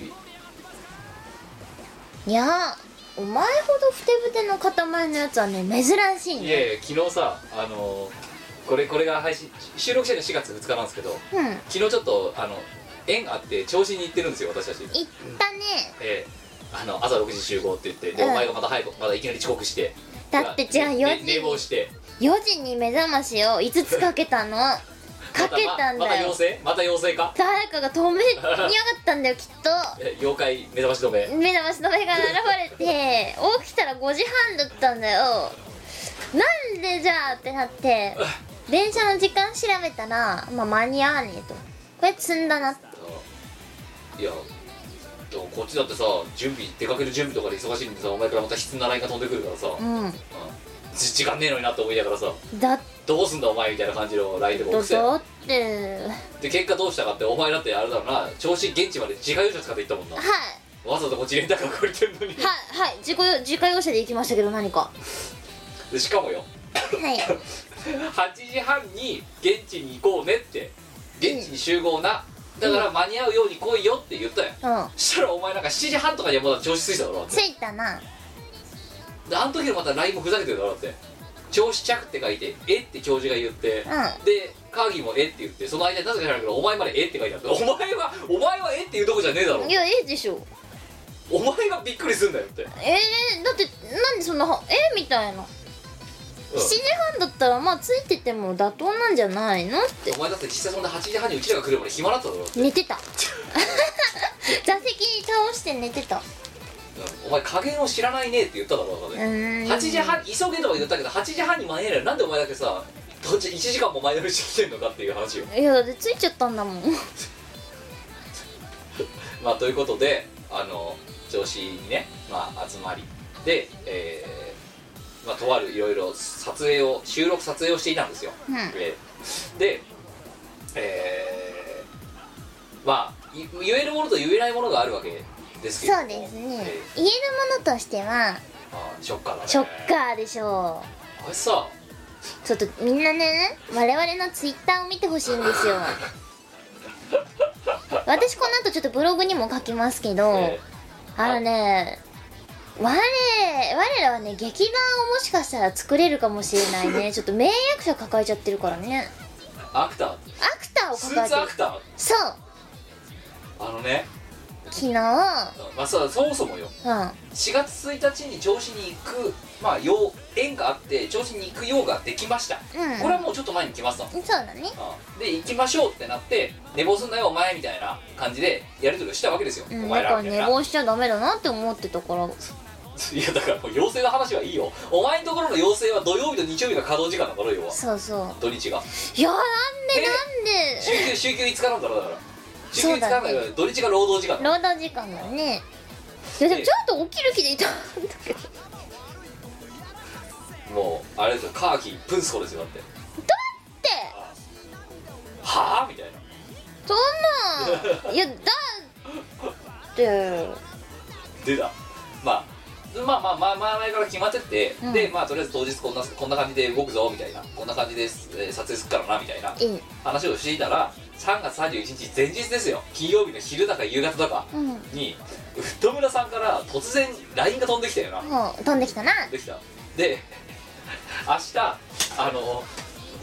いやお前ほどふてぶての塊のやつはね珍しい
い
ね
やいや昨日さあのーこれこれが配信収録してるの4月2日なんですけど
うん行っ
昨日ちょっとあの縁あって調子に行ってるんですよ私たち
たね
えーあの朝6時集合って言ってで、
うん
お前がまた早くまだいきなり遅刻して
だって違う
で
4
ね寝坊
時
して
4時に目覚ましを5つかけたのかけたん
またまた
だよ
妖精また妖精か
誰かが止めにやがったんだよきっと
え妖怪目覚まし止め
目覚ましの目が現れて起きたら5時半だったんだよなんでじゃあってなって電車の時間調べたら、まあ、間に合わねえとこれ積んだなって
いやでもこっちだってさ準備出かける準備とかで忙しいんでさお前からまた質なラインが飛んでくるからさ、うん
う
じ時間ねえのになって思いながらさ
んだっ
どうすんだお前みたいな感じのラインとか
と
送って
だって
で結果どうしたかってお前だってあれだろうな調子現地まで自家用車使って行ったもんな
はい
わざとこっちレンタカー借りてんのに
はいはい自己用自家用車で行きましたけど何か
でしかもよ
はい
8時半に現地に行こうねって現地に集合なだから間に合うように来いよって言ったよ
うん
そしたらお前なんか7時半とかにはまだ調子ついただろだって
着いたな
であの時のまた LINE もふざけてるだろだって調子着って書いて「えっ?」て教授が言って、
う
でカーギーも「えっ?」って言ってその間になぜか知らないけどお前まで「えっ?」って書いてあってお前はお前は「えっ?」っていうとこじゃねえだろ
いやええでしょ
お前がびっくりすんだよって
えー、だってなんでそんなはえー、みたいな
うん
7時半だったらまあついてても妥当なんじゃないのって
お前だって実際そんな8時半にうちらが来るまで暇だっただろ
寝てた座席に倒して寝てたう
お前加減を知らないねって言っただろだからね
ーん
8時半急げとか言ったけど8時半に間に合えないなんでお前だけさどっち1時間も前乗りしてきてんのかっていう話よ
いやだってついちゃったんだもん
まあということであの調子にね、まあ、集まりで、えーまあ、とあるいろいろ撮影を収録撮影をしていたんですよ、
うん
えーでえーまあい言えるものと言えないものがあるわけですけど
そうですね
え
言えるものとしては
ーまあショッカーだね
ショッカーでしょ
あれさ
うちょっとみんなね我々のツイッターを見てほしいんですよ私この後ちょっとブログにも書きますけど、
え
あのね我我らはね劇団をもしかしたら作れるかもしれない ねちょっと名役者抱えちゃってるからね
ーアクター
アクターを
スーツ
抱
ア
えて
ク
る
ター
そう
あのね
昨日う
まあさそもそもよ
ん
4月1日に調子に行くまあ用縁があって調子に行く用ができました、
うん
これはもうちょっと前に来ましたもん
そうだね
で行きましょうってなって寝坊すんなよお前みたいな感じでやり取りをしたわけですよ、
うん
お
だ
前
からら
みたい
寝
な
坊しちゃダメだなって思ってたから
いやだからもう妖精の話はいいよお前のところの妖精は土曜日と日曜日が稼働時間だから要は
そうそ
土日が
ういやなんで
え
なん
週
で
休週休5日なんだろだから週休
そう
5日な
だ
ん
ね
だから土日が労働時間だ
労働時間だねいやでもちょっと起きる気でいたんだけど
もうあれですよカーキプンスコですよだって
って
はあみたいな
そんなんいやだって
でだまあまあまあまあまあ前から決まってて、
うん
でまあとりあえず当日こんなこんな感じで動くぞみたいなこんな感じで、えー撮影するからなみたいない
い
話をしていたら3月31日前日ですよ金曜日の昼だか夕方だか
うんも
にウッド村さんから突然 LINE が飛んできたよな
う飛んできたな
できたで 明日あの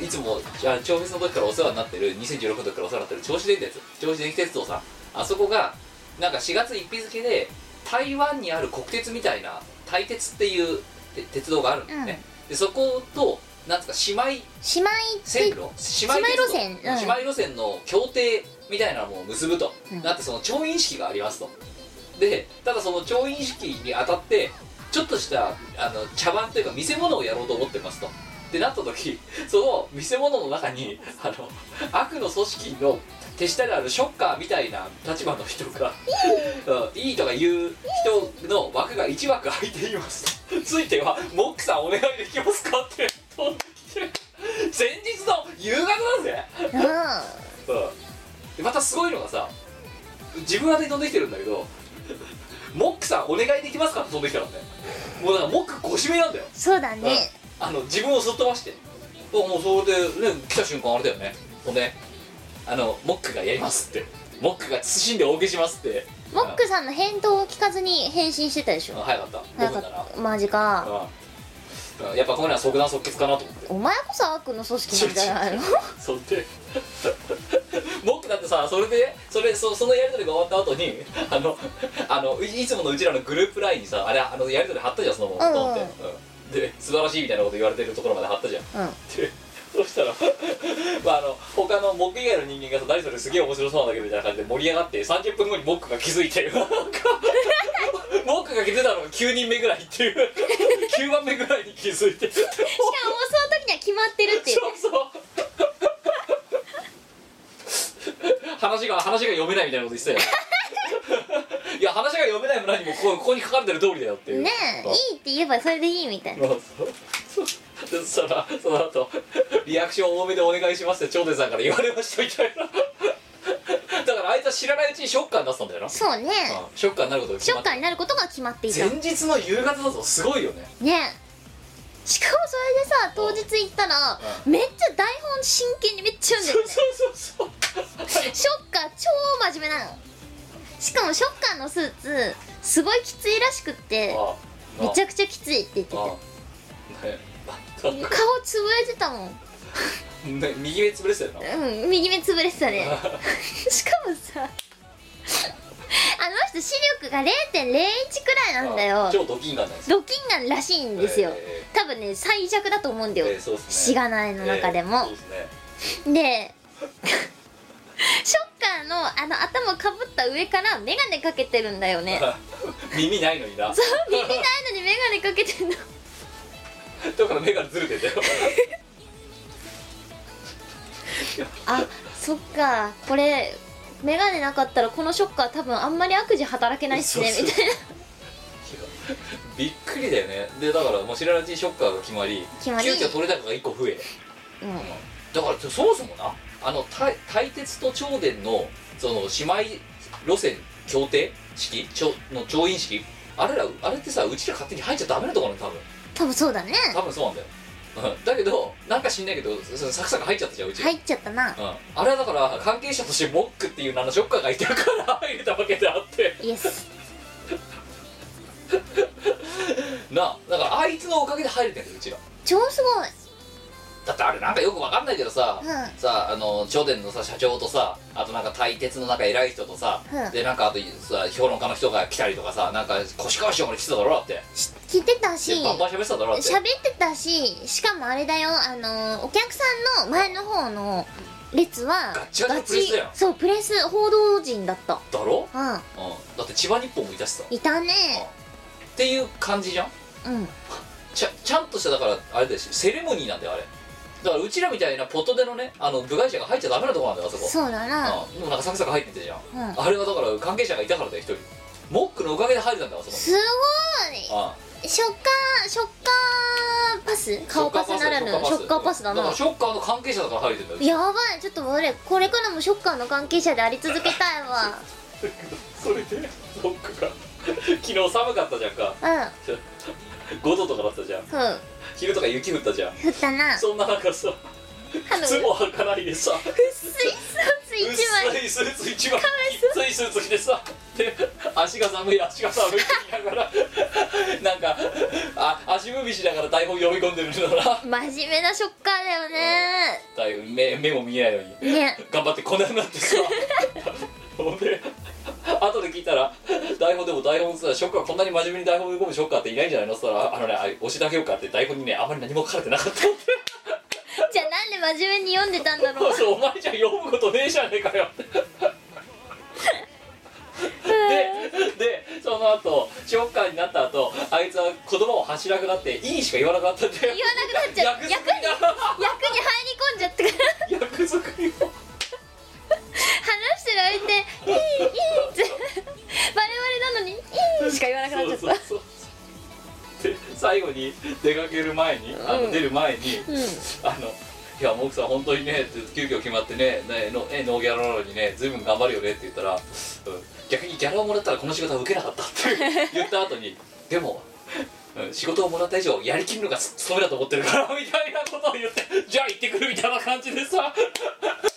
いつもじゃあ調節の時からお世話になってる2016の時からお世話になってる銚子電鉄銚子電気鉄道さんあそこがなんか4月1日付で台湾にある国鉄みたいな台鉄っていうて鉄道があるんですね、でそことなんつうか姉妹
しまいって
線路姉妹鉄道
姉妹路線うん
姉妹路線の協定みたいなのを結ぶと、
うん
なってその調印式がありますとでただその調印式にあたってちょっとしたあの茶番というか見せ物をやろうと思ってますとでなった時その見せ物の中にあの悪の組織の手下であるショッカーみたいな立場の人がうんいいとか言う人の枠が1枠空いていますとついては「モックさんお願いできますか?」って飛んできて前日の夕方だぜ
うん
うんでまたすごいのがさ自分宛てに飛んできてるんだけど 「モックさんお願いできますか?」って飛んできたからねもうだからモックご指名なんだよ
そうだね
あの自分をすっ飛ばしておもうそれでね来た瞬間あれだよねもうねあのモックがやりますってモックが謹んでお受けしますって
モックさんの返答を聞かずに返信してたでし
うん
ょ
早かった
な
5
ん
分だな
かマジか
うんうんやっぱこういうのは即断即決かなと思って
お前こそ悪の組織なんじゃないの
そん でモックだってさそれでそれそそのやり取りが終わった後に あのあのいいつものうちらのグループラインにさあれあのやり取り貼ったじゃんそのまま
うんうん
ドンって、うんで素晴らしいみたいなこと言われてるところまで貼ったじゃん
うん
で そしたらまああの他のモック以外の人間がさ何それすげえ面白そうなんだけどみたいな感じで盛り上がって30分後にモックが気づいてなんか モックが気づいたのが9人目ぐらいっていう9 番目ぐらいに気づいて
しかもその時には決まってるっていう
そうそう 話が話が読めないみたいなこと 言ってたよいや話が読めないも何もここここに書かれてる通りだよっていう
ねえ
うん
いいって言えばそれでいいみたいな
そうそう でそしたらその後リアクション多めでお願いしますって頂点さんから言われましたみたいなだからあいつは知らないうちにショッカーになってたんだよな、うん
そうね
ショッカーになること
シ
が決
ョ
ま
ッ
っ
カ
た
ーになることが決まっていた
前日の夕方だぞすごいよね
ねえしかもそれでさ当日行ったらめっちゃ台本真剣にめっちゃ読んで
そ
る
うそうそうそう
ショッカー超真面目なのしかもショッカーのスーツすごいきついらしくって
ああ
めちゃくちゃきついって言ってた
あ
顔
あねなんか
つぶれてたもん
ね 右目潰れてたよな
うん右目つぶれてたね しかもさあの人視力が0.01くらいなんだ
あ
よ
超ドキンガンなんですよ
ドキンガンらしいんですよ、
え
多分ね最弱だと思うんだよ、
えーそうっすね
しがないの中で
えー
も
そう、ですね
でショッカーのあの頭かぶった上から眼鏡かけてるんだよね
耳ないのにな
そう耳ないのに眼鏡かけてんの
だから目がずれてた よ
あそっかこれ眼鏡なかったらこのショッカー多分あんまり悪事働けないっすね
そうそう
みたいな
びっくりだよねでだからもう知らないうちにショッカーが決まり
決まり
急遽取れ高が1個増え
うん
だからそもそもなあの大大鉄と長電のその姉妹路線協定式ちょの調印式あれらあれってさうちら勝手に入っちゃダメなところなの多分
多分そうだね
多分そうなんだようんだけどなんか知んないけどそのサクサク入っちゃったじゃんうちら
入っちゃったな
うんあれはだから関係者としてモックっていう名のショッカーがいてるから 入れたわけであって
イエス
なあだからあいつのおかげで入れてんだようちら
超すごい
だってあれなんかよくわかんないけどさ、
うん
さあの頂点のさ社長とさあとなんか大鉄のなんか偉い人とさ、
うん
でなんかあとさ評論家の人が来たりとかさなんか腰川師匠まで来てただろだって
し聞いてたし
でバンバン喋ってただろだって
喋ってたししかもあれだよあのーお客さんの前の方の列は
ガチガチのプレスだよ
ガチそうプレス報道陣だった
だろ、
うん
うん、だって千葉日報もいたしさっ
いたね
ていう感じじゃん
うん
ちゃちゃんとしただからあれだしセレモニーなんだよあれだからうちらみたいなポットでのねあの部外者が入っちゃダメなとこなんだよあそこ
そうだな
うんでもなんかサクサク入っててじゃん、
うん
あれはだから関係者がいたからだよ一人モックのおかげで入れたんだよあそこ
すごい
あ
ショッカーショッカーパス顔パスならぬショッカーパスだ
だか
な
らショッカーの関係者だから入れてんだよ
やばいちょっと俺これからもショッカーの関係者であり続けたいわ
それでモックが 昨日寒かったじゃんか
う
5度とかだったじゃん
んうん
昼とか雪降ったじゃん
振ったな
そんな中さ
歯の
靴も履かないでさ
薄いスーツ一枚
薄いスーツ一枚きついスーツ着てさで足が寒い足が寒いって言いながら なんかあ足踏みしながら台本読み込んでるのな
真面目なショッカーだよね
台本目目も見えないように
ね
頑張ってこんなになってさほんで後で聞いたら台本でも台本さショッカーこんなに真面目に台本読むショッカーっていないんじゃないのって言ったら「あのねあれ押しだけよか」って台本にねあまり何も書かれてなかったって
真面目に読んでたんだろう
それお前じゃ読むことねえじゃねえかよででその後ショッカーになった後あいつは言葉を発しなくなって「いい」しか言わなくなったんだよ
言わなくなっちゃう
役作りだ
役に入り込んじゃったから
役作りを
話してる相手「いいいい」って バレバレなのに「いい」しか言わなくなっちゃった
そうそうそうで最後に出かける前にあの、
うん
出る前に、
うん
あのいやもう奥さん本当にねって急遽決まってねねのねノーギャラなのにね随分頑張るよねって言ったら、うん逆にギャラをもらったらこの仕事は受けなかったって言った後に でも、うん仕事をもらった以上やりきるのが務めだと思ってるから みたいなことを言ってじゃあ行ってくるみたいな感じでさ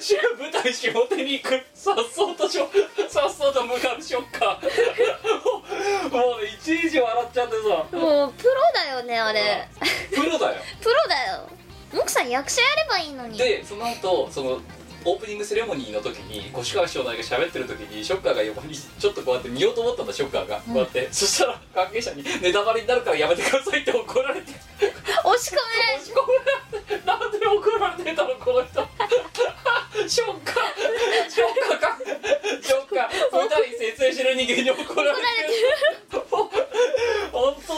し舞台仕事に行くさっそうとしょさっそうと向かう ショッカーもうもうねいちいち笑っちゃってさ
もうプロだよねあれ
プロだよ
プロだよモクさん役者やればいいのに
でその後そのオープニングセレモニーの時に越川師匠のが喋ってる時にショッカーが横にちょっとこうやって見ようと思ったんだショッカーがこうやって、そしたら関係者に「ネタバレになるからやめてください」って怒られて
押し込められ
押し込められてなんで怒られてたのこの人 ショッカーショッカーかショッカー舞台設営してる人間に怒られてる 本当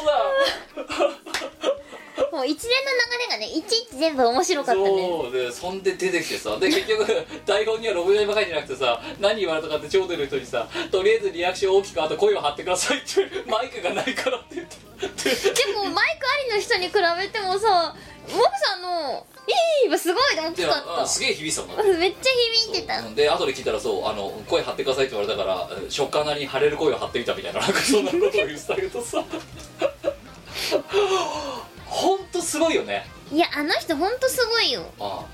もう一連の流れがねいちいち全部面白か
だ
ったね
そうでそんで出てきてさで結局 台本にはロゴ読みばかりじゃなくてさ何言われたかって頂点の人にさとりあえずリアクション大きくあと声を張ってくださいって マイクがないからって言って
でもマイクありの人に比べてもさモクさんの「いい!」はすごい大
で
きか
あ
っ
すげえ響いてたもん
た
な
めっちゃ響いてた
そうで後で聞いたらそうあの声張ってくださいって言われたからえーショッカーなりに張れる声を張ってみたみたいななんかそんなことを言ってたけどさ ほんとすごいよね
いやあの人ほんとすごいよ
あ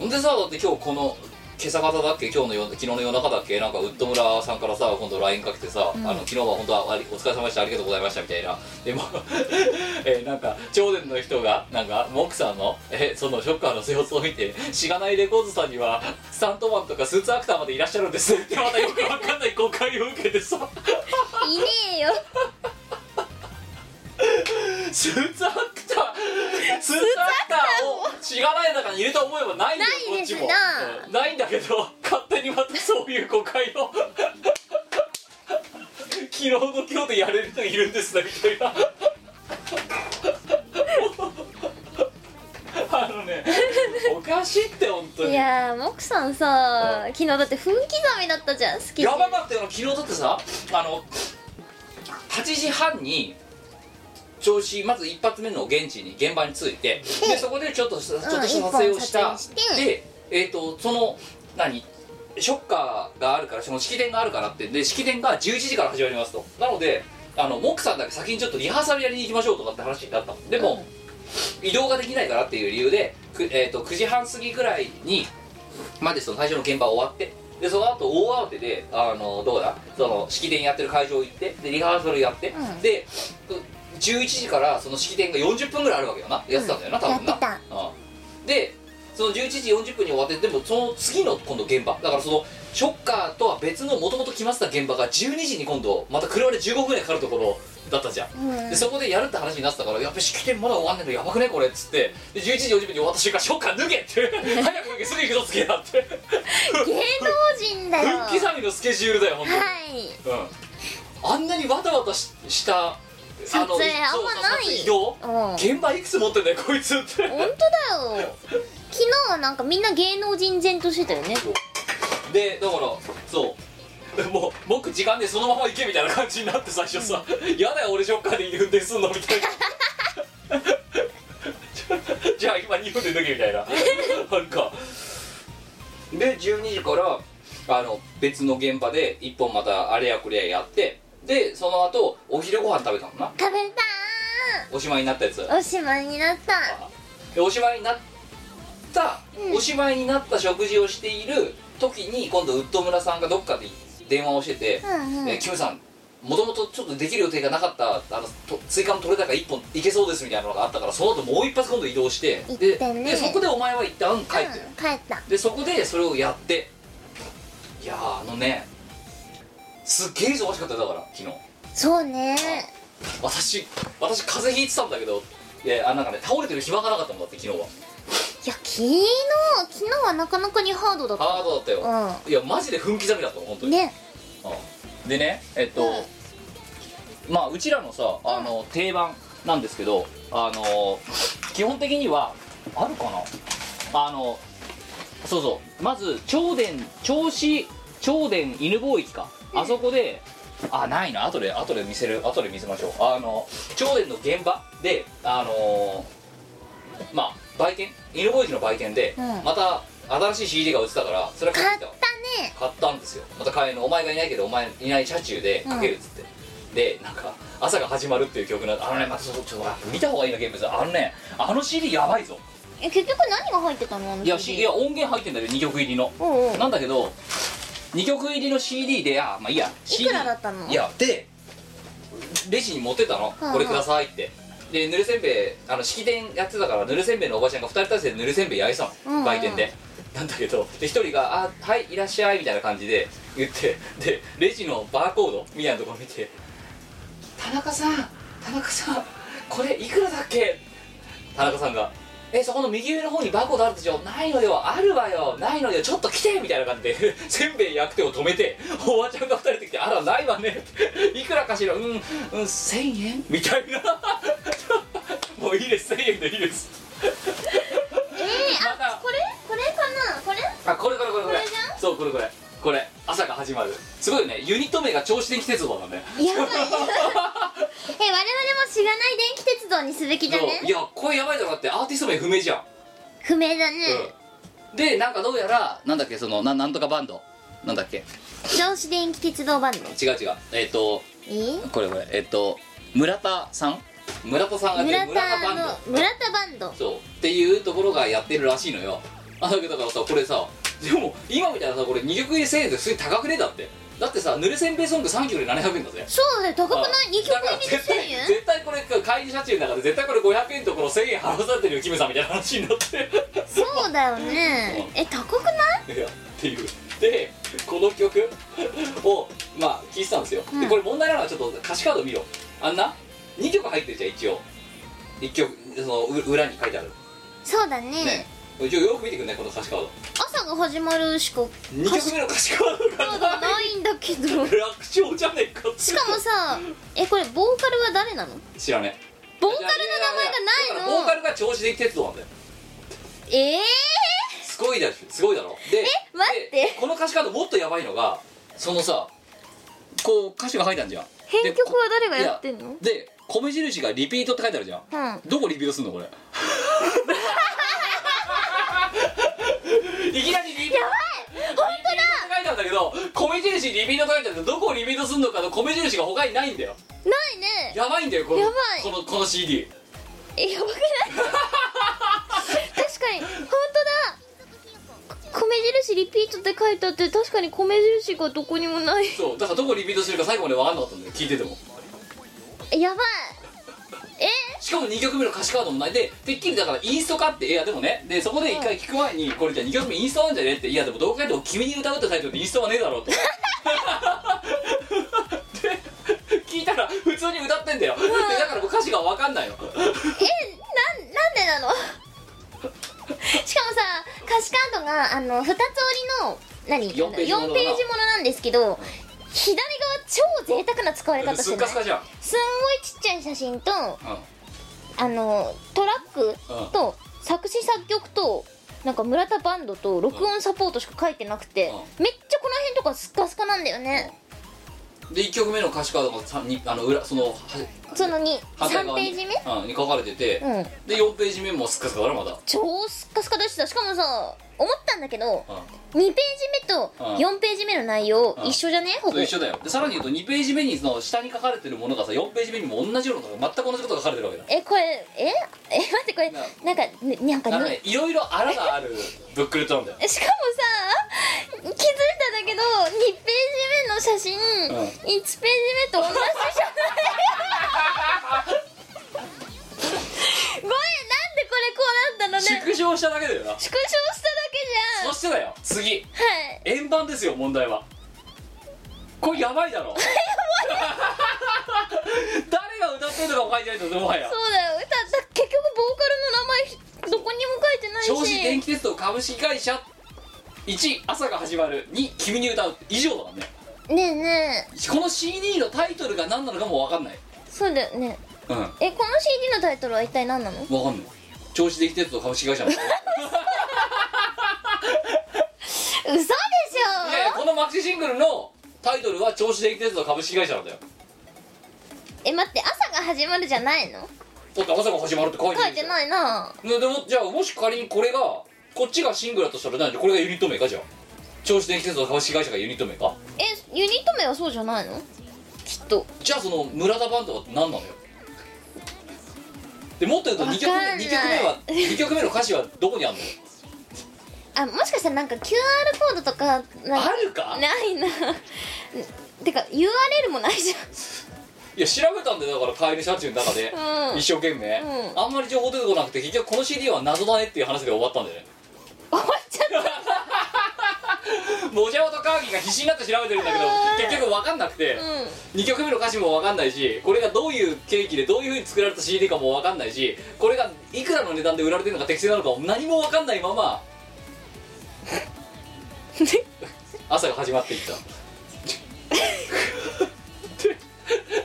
あんでさだって今日この今朝方だっけ今日の夜昨日の夜中だっけなんかウッド村さんからさ今度 LINE かけてさ、
うん
あの昨日は本当はありお疲れ様でしたありがとうございましたみたいなでも、 えーなんか頂点の人がなんかモクさんの、えーそのショッカーの様子を見てしがないレコーズさんにはスタントマンとかスーツアクターまでいらっしゃるんですってまたよくわかんない誤解を受けてさ
いねえよ
スーツアクタースーツアクターをしがない中にいると思えばないんだよ
ない
こっ
です
ち
な
もうんないんだけど勝手にまたそういう誤解を昨日の今日でやれる人いるんですねみたいなあのねおかしいって本当
い
にや
やーモクさんさ昨日だって分刻みだったじゃん好き
ばかったよな昨日だってさあの8時半に調子まず一発目の現地に現場に着いてでそこでちょっとしたちょっとした撮影をした、
一本撮影して
でえっ、とその何ショッカーがあるからその式典があるからってで式典が11時から始まりますとなのであのモクさんだけ先にちょっとリハーサルやりに行きましょうとかって話になったのでも、移動ができないからっていう理由でく、えー、と9時半過ぎぐらいにまでその最初の現場終わってでその後大慌てであのどうだその式典やってる会場行ってでリハーサルやって、
うん
で11時からその式典が40分ぐらいあるわけよなやってたんだよな、
うん
多分な
やって
うんでその11時40分に終わってでもその次の今度現場だからそのショッカーとは別のもともと決まってた現場が12時に今度また車で15分ぐらいかかるところだったじゃん
うん
でそこでやるって話になってたから「やっぱ式典まだ終わんねえのやばくねこれ」っつってで11時40分に終わった瞬間「ショッカー脱げ!」って「早く脱げすぐ行くぞつけ!」だって
芸能人だよ
分刻みのスケジュールだよ本当に
はい
うんあんなにわたわたししたあの
撮影あんま
そうそう
ない
そう移動
うん
現場いくつ持ってんだよこいつって
本当だよ昨日はなんかみんな芸能人前としてたよね
でだからそう もう僕時間でそのまま行けみたいな感じになって最初さ「やだよ俺ショッカーで運転すんの」みたいな じゃあ今2分で脱げみたいななんかで12時からあの別の現場で1本またあれやこれややってでその後お昼ご飯食べたのな
食べ
おしまいになったやつ
たーおしまいになった
でおしまいになった、おしまいになった食事をしている時に今度ウッド村さんがどっかで電話をしてて
う、んうん
えーキムさんもともとちょっとできる予定がなかったあのと追加の取れ高1本いけそうですみたいなのがあったからその後もう一発今度移動して
行
で
ってね
でそこでお前は一旦帰ってる、
うん帰った
でそこでそれをやっていやーあのねすっげえ忙しかったよだから昨日
そうね
私私風邪ひいてたんだけどいやあなんかね倒れてる暇がなかったもんだって昨日は
いや昨日昨日はなかなかにハードだった
ハードだったよ、いやマジで分刻みだったの本当
うん
に、
ね
うんでねえっと、まあうちらのさあの定番なんですけどあの基本的にはあるかなあのそうそうまず超電銚子超電犬貿易かあそこであないな後で後で見せる後で見せましょうあの超電の現場であのまあ売店犬貿易の売店で、
うん
また新しい CD が売ってたからそれ
買
買って
っ
き
た
た
ね
わ買ったんですよまた帰りのお前がいないけどお前いない車中でかけるっつって、でなんか朝が始まるっていう曲なんあのねまあそうちょっと見た方がいいなゲームさあのねあの CD やばいぞ
え結局何が入ってたのあの
いや
CD
CD いや音源入ってんだけど2曲入りの
うんうん
なんだけど2曲入りの CD であまあいいや CD
いくらだったの
いやでレジに持ってったの、
うんうん
これくださいってでぬるせんべいあの式典やってたからぬるせんべいのおばちゃんが2人体制でぬるせんべい焼いてた
う
の、
んうん
売店でなんだけどで1人が「あはいいらっしゃい」みたいな感じで言ってでレジのバーコードみたいなところ見て「田中さん田中さんこれいくらだっけ?」田中さんが「えそこの右上の方にバーコードあるでしょないのよあるわよないのよちょっと来て」みたいな感じでせんべい焼く手を止めておばちゃんが2人で来て「あらないわね」いくらかしらうんうん1000円?」みたいな 「もういいです1000円でいいです」
えー、
また
あこれこれかなこれ
あこれこれこれこれ
これじゃ
そうこれこれこれ朝が始まるすごいよねユニット名が銚子電気鉄道なんだよ
やばいえ我々もしがない電気鉄道にすべきだ
そうい
ね
やこれやばいだろだってアーティスト名不明じゃん
不明だね
うんでなんかどうやらなんだっけそのななんとかバンドなんだっけ
銚子電気鉄道バンド
違う違うえっ、と
えー
これこれえっ、と村田さん村田さんが
村
やってる村田
田
バン
の村田バンド
ドそうっていうところがやってるらしいのよあだけどだからさこれさでも今みたいなさこれ2曲入り1000円って普通に高くねえだってだってさぬれせんべいソング3曲で700円だぜ
そうだよ高くない2曲
だから
入りで
絶
1000
対
円
絶対これ会議車中の中で絶対これ500円とこの1000円払わされてるよキムさんみたいな話になって
そうだよねえ高くない
いやっていうでこの曲をまあ聴いてたんですよ、
うん
でこれ問題なのはちょっと歌詞カード見ろあんな2曲入ってるじゃん一応1曲そのう裏に書いてある
そうだね
ね一応よく見てくんねこの歌詞カード
朝が始まるしか
2曲目の歌詞カー
カー
ド
ド
が ない
ないんだけどし
楽勝じゃねえかし
かもさえこれボーカルは誰なの
知らねえ
ボーカルの名前がないの
いやいやいやだからボーカルが調子で鉄道なんだよ
ええ
すごいだろすごいだろで
え待って
でこの歌詞カードもっとやばいのがそのさこう歌詞が入ったんじゃん
編曲は誰が
い
やってんの
で米印がリピートって書いてあるじゃん
うん
どこリピートす んのこれいきなりリピート
本当だ
書いてあるんだけど米印リピート書いてあるけどどこをリピートすんのかの米印が他にないんだよ
ないね
やばいんだよこの
やばい
このこの CD
えやばくない 確かに本当だこ米印リピートって書いてあって確かに米印がどこにもない
そうだからどこリピートするか最後まで分かんなかったんだよ聞いてても
えやばいえ
しかも2曲目の歌詞カードもないでてっきりだからインストかっていやでもねでそこで1回聞く前にこれじゃ2曲目インストなんじゃねっていやでも動画でも君に歌うってタイトルでインストはねえだろうとで聞いたら普通に歌ってんだよ、でだからもう歌詞が分かんないの
えなんなんでなの しかもさ歌詞カードがあの2つ折りの何
四ページものだな
四ページものなんですけど左側超贅沢な使われ方し
す
て
っ
な
か
い
すかじゃん、
すんごいちっちゃい写真と
う
あのトラック
うん
と作詞作曲となんか村田バンドと録音サポートしか書いてなくて
う
めっちゃこの辺とかすっかすかなんだよね
ん、で1曲目の歌詞カードがさにあの裏そのは
その23
反対側
ペ
に
ージ目
うん、に書かれてて、
うん
で4ページ目もすっかすかだろまだ、
超すっかすかでしたしかもさ思ったんだけど
うん
2ページ目と
うん
4ページ目の内容
うん
一緒じゃねほぼ
そう一緒だよでさらに言うと2ページ目にその下に書かれてるものがさ4ページ目にも同じようなのが全く同じことが書かれてるわけだ
えこれええ待ってこれ
な
なんかねなんか
あの
に
ねいろいろあらがあるブックレットなんだよ
しかもさ気づいたんだけど2ページ目の写真、
うん
1ページ目と同じじゃないごめんなんでこれこうなったのね
縮小しただけだよな
縮小しただ
そしてだよ次
けじゃんはい
円盤ですよ問題はこれやばいだろ 誰が歌ってるのか分かんないんだぞもはや
そうだよ歌った結局ボーカルの名前どこにも書い
調子
てない
電
し
気鉄道株式会社1朝が始まる2君に歌う以上だからね
ねえねえ
この CD のタイトルが何なのかも分かんない
そうだよね
うん
えこの CD のタイトルは一体何なの
分かんない調子電気鉄道株式会社のい
嘘でし
やいや
ょ
このmaxi シングルのタイトルは調子電気鉄道株式会社なんだよ
え待って朝が始まるじゃないの
だって朝が始まるって書い
書
てる
いて
い
ないな
ででもじゃあもし仮にこれがこっちがシングルだとしたら何これがユニット名かじゃあ調子電気鉄道株式会社がユニット名か
えユニット名はそうじゃないのきっと
じゃあその村田バンドは何なのよでもっと言うと2曲
わかんない
目二曲目は二曲目の歌詞はどこにあんの
あもしかしたらなんか QR コードとかなん
あ
か
るか
ないな てか URL もないじ
いや調べたんだよだから帰り車中の中で
ゃ、んうん
一生懸命、
うん
あんまり情報出てこなくて結局この CD は謎だねっていう話で終わったんだよね
終わっちゃった
もじゃおと川木が必死になって調べてるんだけど結局分かんなく て、
うん
2曲目の歌詞も分かんないしこれがどういうケーキでどういうふうに作られた CD かも分かんないしこれがいくらの値段で売られてるのか適正なのかも何も分かんないまま朝が始まっていった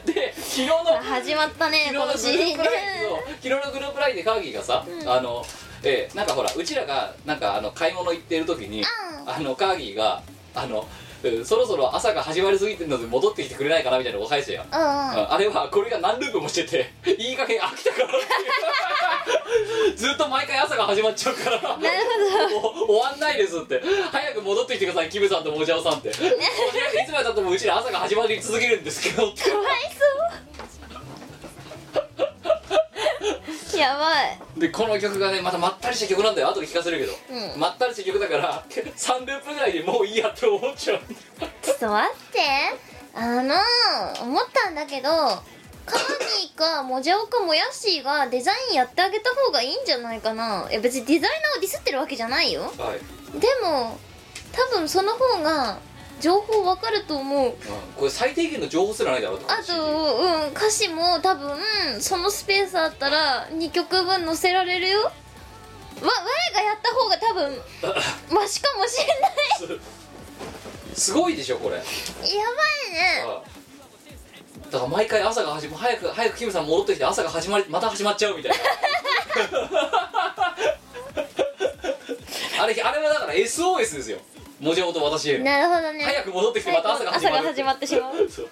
でで昨日の
さあ始まったねこの
昨日のグル
CD
ー
ね
プラインの昨日のグループラインでカーギーがさ、
うん
あのえーなんかほらうちらがなんかあの買い物行ってる時に
あ
あのカーギーがあのえーそろそろ朝が始まりすぎてるので戻ってきてくれないかなみたいなのを返してよ
うんうん
あれはこれが何ループもしてて いい加減飽きたからっていう ずっと毎回朝が始まっちゃうからも う終わんないですって早く戻ってきてくださいキムさんとモジャオさん っていつまでたってもうちら朝が始まり続けるんですけどって
かわい そうやばい
でこの曲がねまたまったりした曲なんだよ後で聴かせるけど、
うん
まったりした曲だから3ループぐらいでもういいやって思っちゃう
ちょっと待ってあのー思ったんだけどカーニーかモジャオかモヤッシーがデザインやってあげた方がいいんじゃないかないや別にデザイナーをディスってるわけじゃないよ
はい、うん、
でも多分その方が情報わかると思う
これ最低限の情報すらないだろうと
あと、うん、歌詞も多分そのスペースあったら2曲分載せられるよわ我がやった方が多分マシかもしれな
すごいでしょこれ
いやばいね
だから毎回朝が始ま早く早くキムさん戻ってきて朝が始まりまた始まっちゃ うみたいなあれあれはだから SOS ですよもじゃおと私への
なるほどね
早く戻ってきてまた朝が始まる
朝が始まってしまう
そう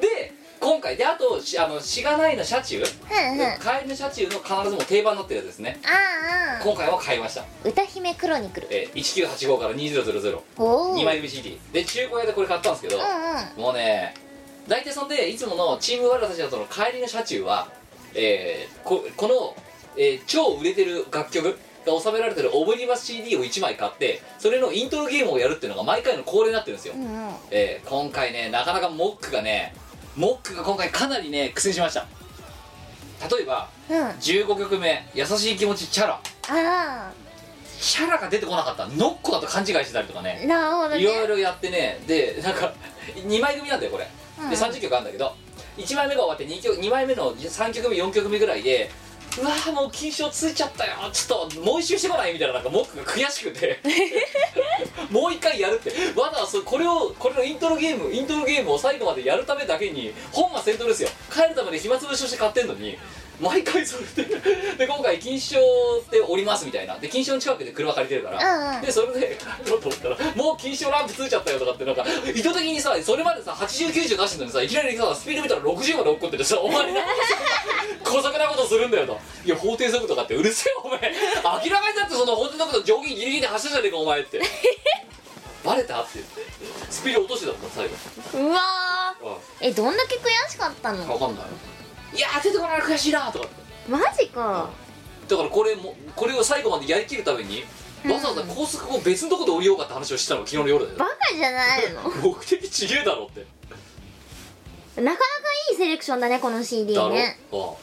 で今回であとしあのしがないの車中
うんうんあ
帰りの車中の必ずもう定番になってるやつですね
ああ
今回は買いました、
あ歌姫クロニクル
えー、1985から20002
おお
枚組 CD で中古屋でこれ買ったんですけど、
うんうん
もうね大体そんでいつものチーム我らたちだとの帰りの車中は、えーここの、えー超売れてる楽曲が収められてるオブリバス CD を1枚買ってそれのイントロゲームをやるっていうのが毎回の恒例になってるんですよ、
うんうん
えー今回ねなかなかモックがねモックが今回かなりね苦戦しました例えば
うんあ
15曲目「優しい気持ちチャラ」
あ
チャラが出てこなかったノッコだと勘違いしてたりとかね
なるほどね
いろいろやってねでなんか2枚組なんだよこれ
うん
で30曲あるんだけど1枚目が終わって2曲2枚目の3曲目4曲目ぐらいでうわーもう金賞ついちゃったよちょっともう一周してこないみたいななんかモックが悔しくて もう一回やるってわざわざこれをこれのイントロゲームイントロゲームを最後までやるためだけに本は先頭ですよ帰るためで暇つぶしとして買ってんのに毎回それでで今回金賞でおりますみたいなで金賞の近くで車借りてるから、
うんうん
でそれで帰ろうと思ったらもう禁止のランプついちゃったよとかってなんか意図的にさそれまでさ8090出してたのにさいきなりさスピード見たら60まで落っこっててさお前なんかさ小作なことするんだよといや法定速度かってうるせえお前明らかにだってその法定速度上限ギリギリで走ったじゃねえかお前ってバレたって言ってスピード落としてたもん最後
うわーえどんだけ悔しかった
あ分
の
かんないいやー出てこない悔しいなーとかって
マジか
だからこれもこれを最後までやりきるためにわざわざ高速を別のとこで降りようかって話をしてたの昨日の夜だよ
バカじゃないのなか
目的違えだろって
なかいいセレクションだねこの CD
だろ、
ね
うん
も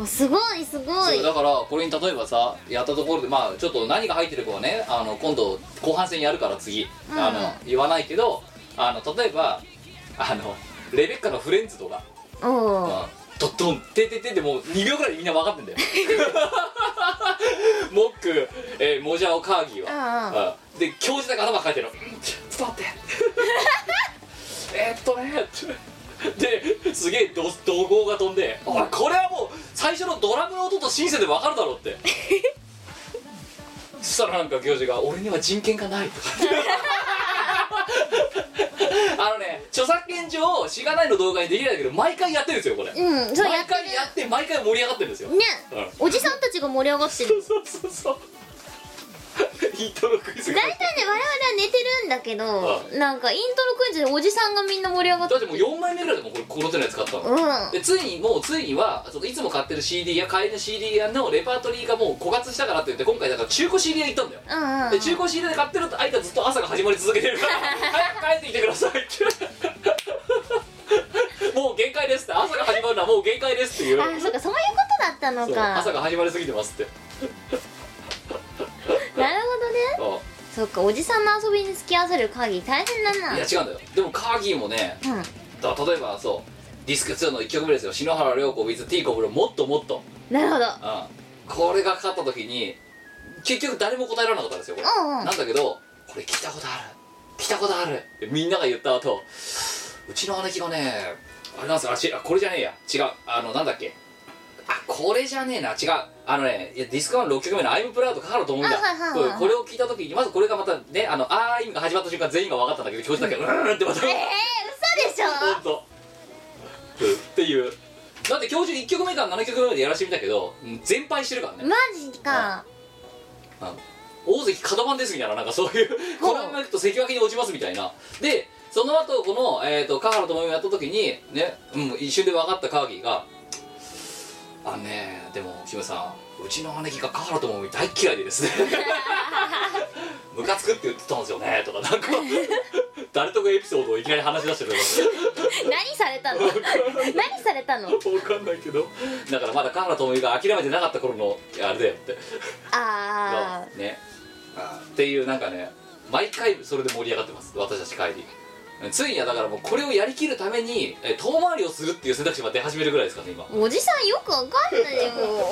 うすごいすご
そう
い
だからこれに例えばさやったところでまあちょっと何が入ってるかはねあの今度後半戦やるから次、
うん
あの言わないけどあの例えばあのレベッカのフレンズとか、
お
うん
お
ドッドンててててもう2秒ぐらいでみんな分かってんだよモック、えー、モジャオカーギーは
ああ
あで教授だから頭抱えてるのうんちょっと待ってえーっとねですげえ怒怒号が飛んで「おいこれはもう最初のドラムの音とシンセで分かるだろ」うってそしたらなんか教授が「俺には人権がない」とかあのね著作権上しがないの動画にできないんだけど毎回やってるんですよこれ
うんそうや
毎
って
回やって毎回盛り上がってるんですよ、
るね
うん
おじさんたちが盛り上がってる
そうそうそうそうイントロクイズが
大体ね我々は寝てるんだけど、なんかイントロクイズでおじさんがみんな盛り上がって
だってもう4枚目ぐらいでもうこれこの手のやつ買ったの、
う
でついにもうついにはちょっといつも買ってる CD や買える CD やのレパートリーがもう枯渇したからって言って今回だから中古 CD 屋行ったんだよ、
んうんうん
で中古 CD で買ってると間ずっと朝が始まり続けて るから早く帰ってきてくださいってもう 限界ですって朝が始まるのはもう限界ですっていう
あそうかそういうことだったの
そう
か
朝が始まりすぎてますって
なるほどね
あ
そっかおじさんの遊びに付き合わせる限り大変だない
や違うんだよでもカーギーもね
うん
だから例えばそうディスク2の1曲目ですよ篠原涼子 WithT コブルもっともっと
なるほど
うんこれがかかった時に結局誰も答えられなかったんですよこれ、
うんうん
なんだけどこれ聞いたことある聞いたことあるってみんなが言った後うちの姉貴がねあれなんですよあしあこれじゃねえや違うあのなんだっけあこれじゃねえな違うあのねいやディスクワンの6曲目の「アイムプラウド」かかると思うんだ
あはいはいはいはい
これを聞いた時にまずこれがまたねあの「あーい」が始まった瞬間全員が分かったんだけど教授だけがうーんってまた
えー、嘘でしょ
本当っていうだって教授1曲目から7曲目までやらしてみたけどうん全敗してるからね
マジ か
あの大関角番ですみたいななんかそういう
ほう
このままいくと関脇に落ちますみたいなでその後この、えー、と川原智美をやった時にね、うん、一瞬で分かった川木が「あのねでもキムさんうちの姉貴が川原智美大嫌いでですね ムカつくって言ってたんですよね」とかなんか誰とかエピソードをいきなり話し出してるから
何された の何されたの
分かんないけどだからまだ河原智美が諦めてなかった頃のあれだよって
あ
ねっていうなんかね毎回それで盛り上がってます私たち帰りついにはだからもうこれをやりきるためにえ遠回りをするっていう選択肢が出始めるぐらいですからね今
ーおじさんよくわかん ないよ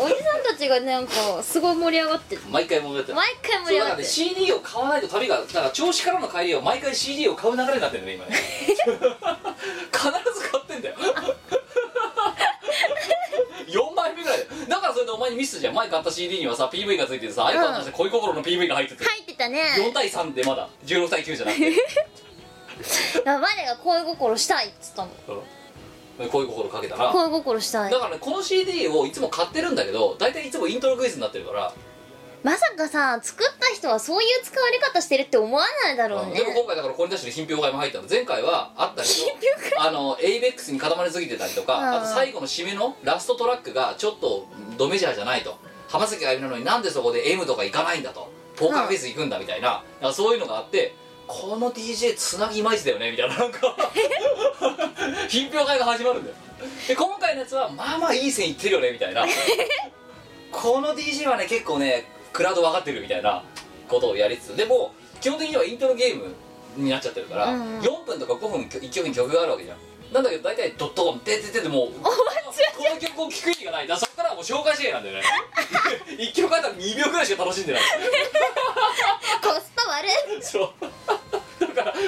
おじさんたちがなんかすごい盛り上がってる
毎回盛り上がってる
毎回盛
そう
り上
だ
が
から
って
ね
る
CD を買わないと旅がだから調子からの帰りは毎回 CD を買う流れになってる ね今ね必ず買ってんだよ4枚目ぐらいだよだからそれでお前にミスじゃん前買った CD にはさ PV がついててさ相川として恋心の PV が入ってて、
入ってたね
4対3でまだ16対9じゃなくて
我が恋心したいっつったの
うん恋心かけたら
恋心したい
だからねこの CD をいつも買ってるんだけど大体いつもイントロクイズになってるから
まさかさ作った人はそういう使われ方してるって思わないだろうね
でも今回だからこれに対しての品評会も入ったの前回はあったけどあのエイベックスに固まりすぎてたりとか、
うん
あと最後の締めのラストトラックがちょっとドメジャーじゃないと浜崎あゆみなのになんでそこで M とか行かないんだとポーカーフェイス行くんだみたいな,、なんかそういうのがあってこの DJ つなぎいまいちだよねみたいななんか 品評会が始まるんだよで今回のやつはまあまあいい線いってるよねみたいなこの DJ はね結構ねクラウド分かってるみたいなことをやりつつでも基本的にはイントロゲームになっちゃってるから、
うんうん
4分とか5分1曲に曲があるわけじゃんなんだけど大体ドットンてててでもうこの曲を聴く意味がないだからそこからはもう紹介試合なんだよね1曲あたり2秒ぐらいしか楽しんでない
コスパ悪い
そう だからそれ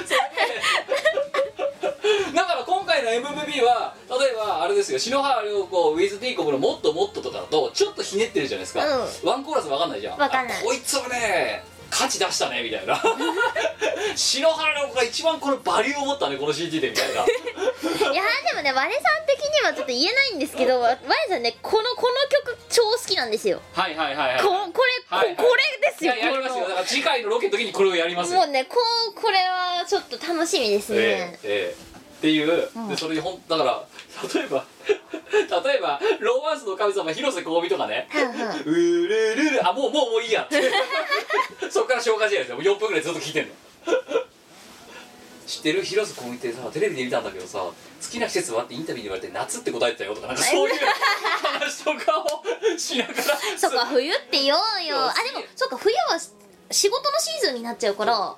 で だから今回の MVP は例えばあれですよ篠原涼子 WithD コブの「もっともっと」とかだとちょっとひねってるじゃないですか、
う
ワンコーラスわかんないじゃん
わかんない
あこいつはね価値出したねみたいな 篠原涼子が一番このバリューを持ったねこの CD で みたいない
やでもね我さん的にはちょっと言えないんですけどわ我さんねこのこの曲超好きなんですよ
はいはいはい
こ
は
これ、こ
はいはい
これです
い
よ
ややりますよ
こ
だから次回のロケの時にこれをやります
の
よ
もうねこうこれはちょっと楽しみですね
え、えええっていう、
うん
でそれにほんだから例えば 例えば「ロマンスの神様広瀬香美」とかね
はいはい
「うるるるあもうもうもういいや」って そっから消化試合ですよもう4分ぐらいずっと聞いてんの知ってる広瀬香美ってさテレビで見たんだけどさ好きな季節はってインタビューで言われて夏って答えてたよとかなんかそういう話とかをしながら
そっか冬って言おうよ
そう
あでもそっか冬はし仕事のシーズンになっちゃうから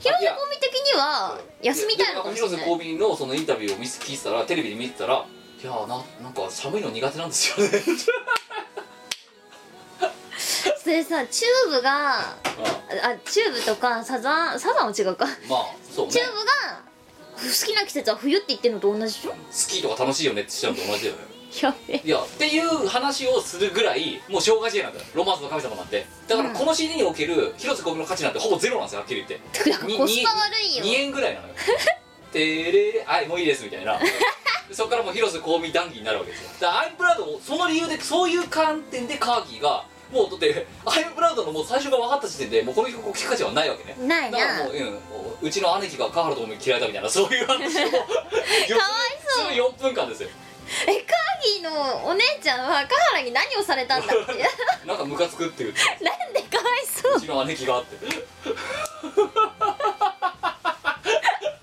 広瀬香美的には休みたいのかもしれ
や
な
で
い
広瀬香美のそのインタビューを見聞いてたらテレビで見てたらいやーななんか寒いの苦手なんですよね
それさチューブがああチューブとかサザンサザンは違うか
うんまあそうね
チューブが好きな季節は冬って言ってるのと同じでしょ
スキーとか楽しいよねってしたのと同じだよね
やべえ
いやっていう話をするぐらいもう正月時代なんだよロマンスの神様なんてだからこの CD における広瀬香美の価値なんてほぼゼロなんですよはっきり言って
だから
に
コスパ悪い
2
よ
円ぐらいな のよてれれはいもういいですみたいなでそこからもう広瀬香美談義になるわけですよだからアイムプラウドもその理由でそういう観点でカーギーがもうだってアイムプラウドのもう最初が分かった時点でもうこの曲を聴く価値はないわけね
ない
だ
な
からもう、うん、うちの姉貴が川原智美嫌いだみたいなそういう話をかわ
そう
する4分間ですよ
えカーギーのお姉ちゃんはカハラに何をされたんだ って
なんかムカつくって言って
なんでかわいそう
うちの姉貴があって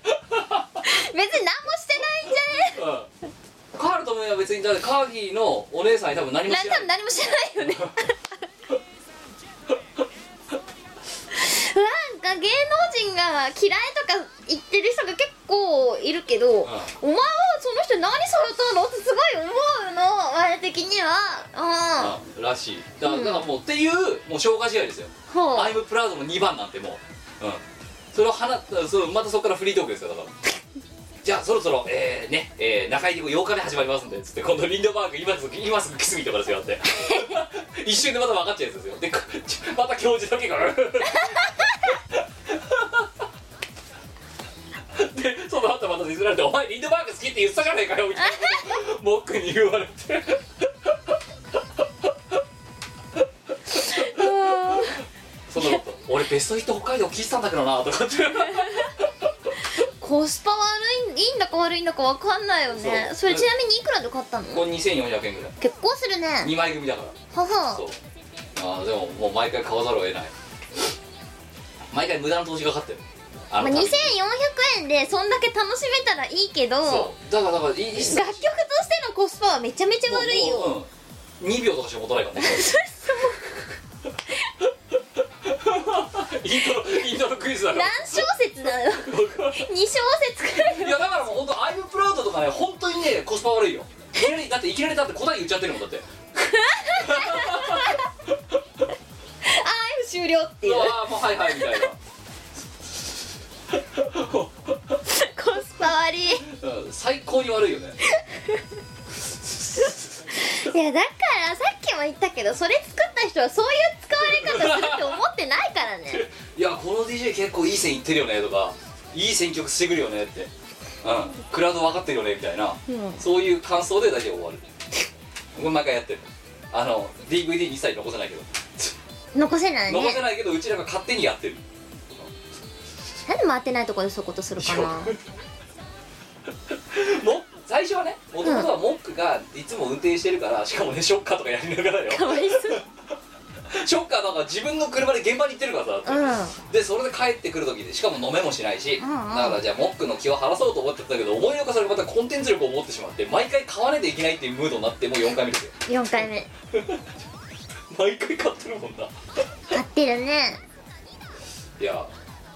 別に何もしてないんじゃね
うんカールともは別にだってカーギーのお姉さんに多分何も
な
知ら
多
な
分
い
何もしてないよねなんか芸能人が嫌いとか言ってる人が結構いるけど、お前はその人に何されたのってすごい思うの我的にはうん
うんらしいだから,、
うん
だからもうっていうもう消化試合ですよ
ほう
アイムプラウドの2番なんてもう、うん、それを放っそれまたそこからフリートークですよだから じゃあそろそろえー、ね、えー、中井で8日で始まりますんでつって今度リンドバーグ今すぐ今すぐキスミとかですよだって 一瞬でまた分かっちゃうやつですよでこ ちまた教授だけが でその後またディスられて「お前リンドバーグ好きって言ってたじゃねえかよ」みたいなことをモックに言われてそんなこと俺ベストヒット北海道聞いてたんだけどなとかって
コスパ悪いいいんだか悪いんだか分かんないよね
そう
それちなみにいくらで買ったの
これ2400円ぐらい
結構するね
2枚組だから
はは
そうあーでももう毎回買わざるを得ない毎回無駄な投資がかかってる
ま
あ
あ、
ために
2400円でそんだけ楽しめたらいいけど楽
そうだからだからい一
曲とし
切
てのコスパはめちゃめちゃ悪いよ
もう、うん、2秒とかしか持たないからねイントロイントロクイズだか
何
ら
小節なの ?2 小節くらい
いやだからもう本当アイムプラウドとかね本当にねコスパ悪いよいきなりだっていきなりだって答え言っちゃってるもんだって
あー終了っていうう
わーもうはいはいみたいな
コスパ悪い
うん最高に悪いよね
いやだからさっきも言ったけどそれ作った人はそういう使われ方するって思ってないからね
いやこの DJ 結構いい線いってるよねとかいい選曲してくるよねってうんクラウド分かってるよねみたいな、
うん
そういう感想で大体終わるこれ毎回やってるあの DVD に一切残せないけど、
残せない
残せ
ね
ないけどうちらが勝手にやってる
なんで回ってないとこでそういうことするか
いや
な
も最初はねもともとはモックがいつも運転してるからしかもねショッカーとかやりながらよ
かわいそう
ショッカーなんか自分の車で現場に行ってるからさだって、
う
でそれで帰ってくる時でしかも飲めもしないし、
うんうん
だからじゃあモックの気を晴らそうと思ってたけど思いのほかそれまたコンテンツ力を持ってしまって毎回買わなきゃいけないっていうムードになってもう4回目ですよ
ん4回目
毎回買ってるもんな
買ってるね
いや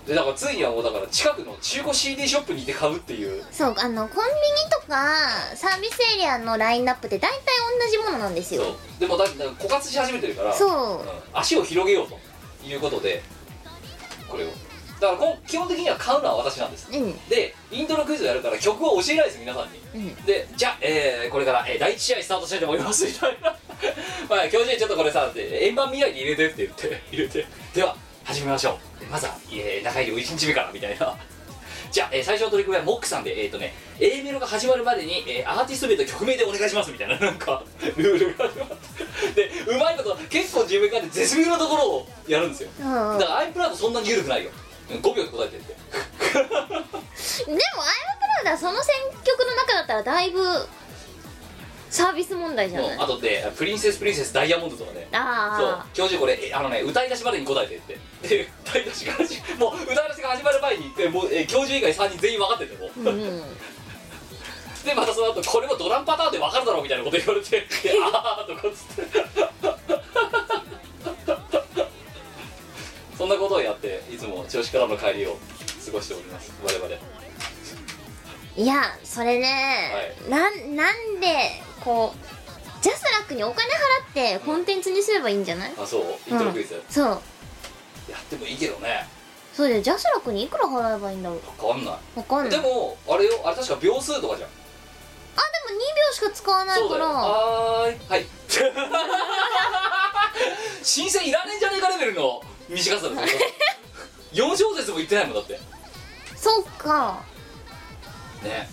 でだからついにはもうだから近くの中古 CD ショップに行って買うっていう
そうあのコンビニとかサービスエリアのラインナップって大体同じものなんです
そう
よ
でもだだから枯渇し始めてるから
そう
うん足を広げようということでこれをだからこん基本的には買うのは私なんです
うんうん
でイントロクイズをやるから曲を教えないです皆さんにでじゃあ、えーこれから、えー第1試合スタートしたいと思いますみ たいなまあ教授にちょっとこれさって円盤未来に入れてって言って入れてでは始めましょうでまずは、えー中入り1日目からみたいなじゃあ、えー最初の取り組みはモックさんでえっ、とね A メロが始まるまでに、えーアーティスト名と曲名でお願いしますみたいななんかルールが始まってでうまいこと結構自分から絶妙なところをやるんですよ
でもアイ
だ
ム
からアイプラートそんなに緩くないよ5秒で答えてって
クラウドはその選曲の中だったらだいぶサービス問題じゃ
もう
ない
あとで「プリンセスプリンセスダイヤモンド」とかねそう
ああ
教授これえあのね歌い出しまでに答えてってで歌い出しが始もう歌い出しが始まる前にえもうえ教授以外3人全員分かっててもう
うんうん
でまたその後これもドラムパターンで分かるだろうみたいなこと言われて でああとかっつって そんなことをやっていつも調子からの帰りを過ごしております我々
いやそれね、なんなんでこうジャスラックにお金払ってコンテンツにすればいいんじゃない、
あそうイントロクイズ、
うん、そう
やってもいいけどね
そうだよジャスラックにいくら払えばいいんだろう
変わんない、
わかんない
で
あでも2秒
もあれよあれ確か秒数とかじゃん
しか使わない
そう
か
だよ
ら
はーいはい 新鮮いらねえんじゃねえかレベルの短さですよ4小節も言ってないもんだって
そうか
ね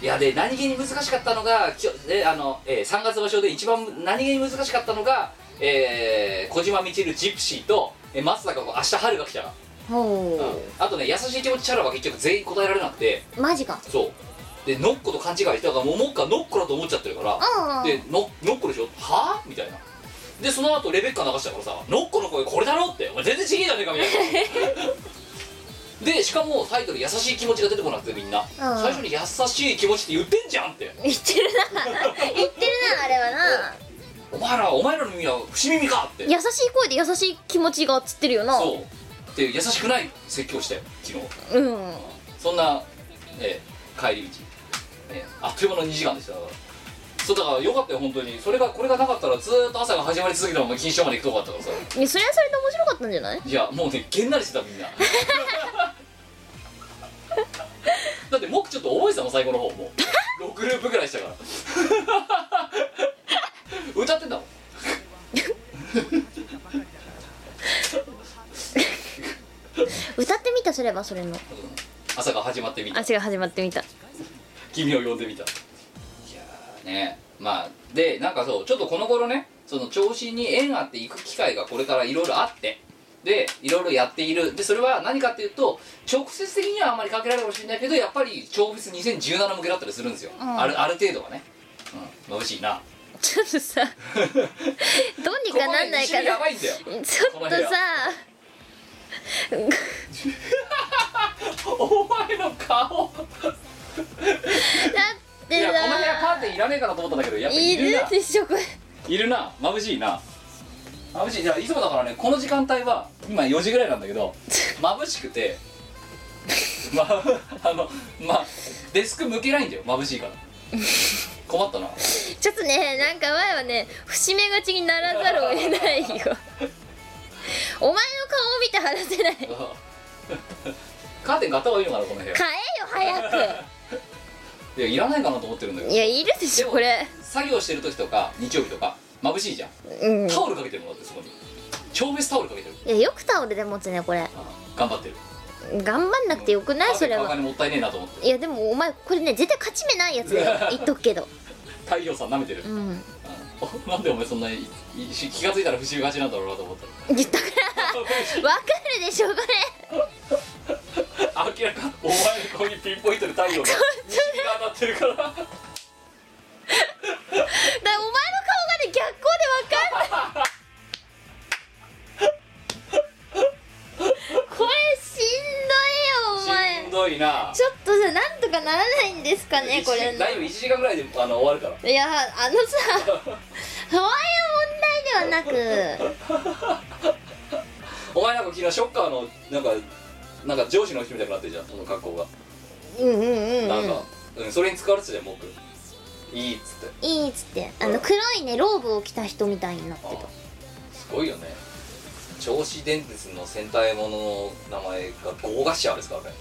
いやで何気に難しかったのがきょであの、えー、3月場所で一番何気に難しかったのが、えー、小島みちるジプシーと、えー、松坂子明日春が来たな、
ほ
うんあとね優しい気持ちチャラは結局全員答えられなくて
うマジか
そうでノッコと勘違いしたからもうもっかノッコだと思っちゃってるから
うんうん
でノノッコでしょはあみたいなでその後レベッカ流したからさノッコの声これだろってお前全然違えじゃねえかみたいなでしかもタイトル「優しい気持ち」が出てこなくてみんな、最初に「優しい気持ち」って言ってんじゃんって
言ってるな言ってるなあれはな
お前らお前らの耳は伏耳かって
優しい声で優しい気持ちがつってるよな
そうで優しくない説教したよ昨日
うん
そんな、えー帰り道、ね、あっという間の2時間でしただからそうだからよかったよ本当にそれがこれがなかったらずーっと朝が始まり続けたまま錦糸町まで行くとこだったからさ
いやそれはそれで面白かったんじゃない
いやもうねげんなりしてたみんなだって僕ちょっと覚えてたもん最後の方もう6ループぐらいしたから歌ってんだもん
歌ってみたすればそれの
朝が始まってみた
足が始まってみた
君を呼んでみたいやーねまあでなんかそうちょっとこの頃ねその調子に縁あって行く機会がこれからいろいろあってでいろいろやっているでそれは何かっていうと直接的にはあんまりかけられるかもしれないけどやっぱり超フェス2017向けだったりするんですよ、
ん
あるある程度はねうん眩しいな
ちょっと さどうにかなんないか
ここね西日や
な
ばいんだよ
ちょっとさ
お前の顔
だっ
い
て
やこの部屋カ
さ
ーテンいらねえかなと思ったんだけどやっぱ
い
いる
る
な
でしょこれ
いるな眩しいな眩しいじゃあいつもだからねこの時間帯は今4時ぐらいなんだ けど眩しくてま ああのまあデスク向けないんだよ眩しいから困ったな
ちょっとねなんか前はね節目がちにならざるを得 ないよお前の顔を見て話せない変えよ
カーテン買った方がいいのかなこの部屋
早
いやいらないかなと思ってるんだけ
く
ど
いやいるでしょこれ
作業してる時とか日曜日とか眩しいじゃん
うんい
タオルかけてるもんだってそこに超別タオルかけてる
やよくタオルで持つねこれ
あ頑張ってる
頑張んなくてよくないそれ
お
は
金もったいねえなと思って
いやでもお前これね絶対勝ち目ないやつだ よ言っとくけど
太陽さん舐めてる
うん
うん なんでお前そんなにいい気がついたら不思議がちなんだろうなと思った
言ったから わかるでしょこれ
明らかお前ここにピンポイントで太陽が 西日が当たってるから
だからお前の顔がね逆光でわかんないこれしんどいよお前
しんどいな
ちょっとじゃあなんとかならないんですかねこれ
大丈夫1時間ぐらいであの終わるから
いやあの さそういう問題ではなく
お前なんか昨日ショッカーのなんかなんか上司の人みたいになってるじゃんその格好が、
うんうんうん、
なん
うん
か、うん、それに使われてたじゃん僕いいっつって
いいっつってあの黒いねローブを着た人みたいになって
あ
た
すごいよね銚子電鉄の戦隊ものの名前が豪華シャーですからね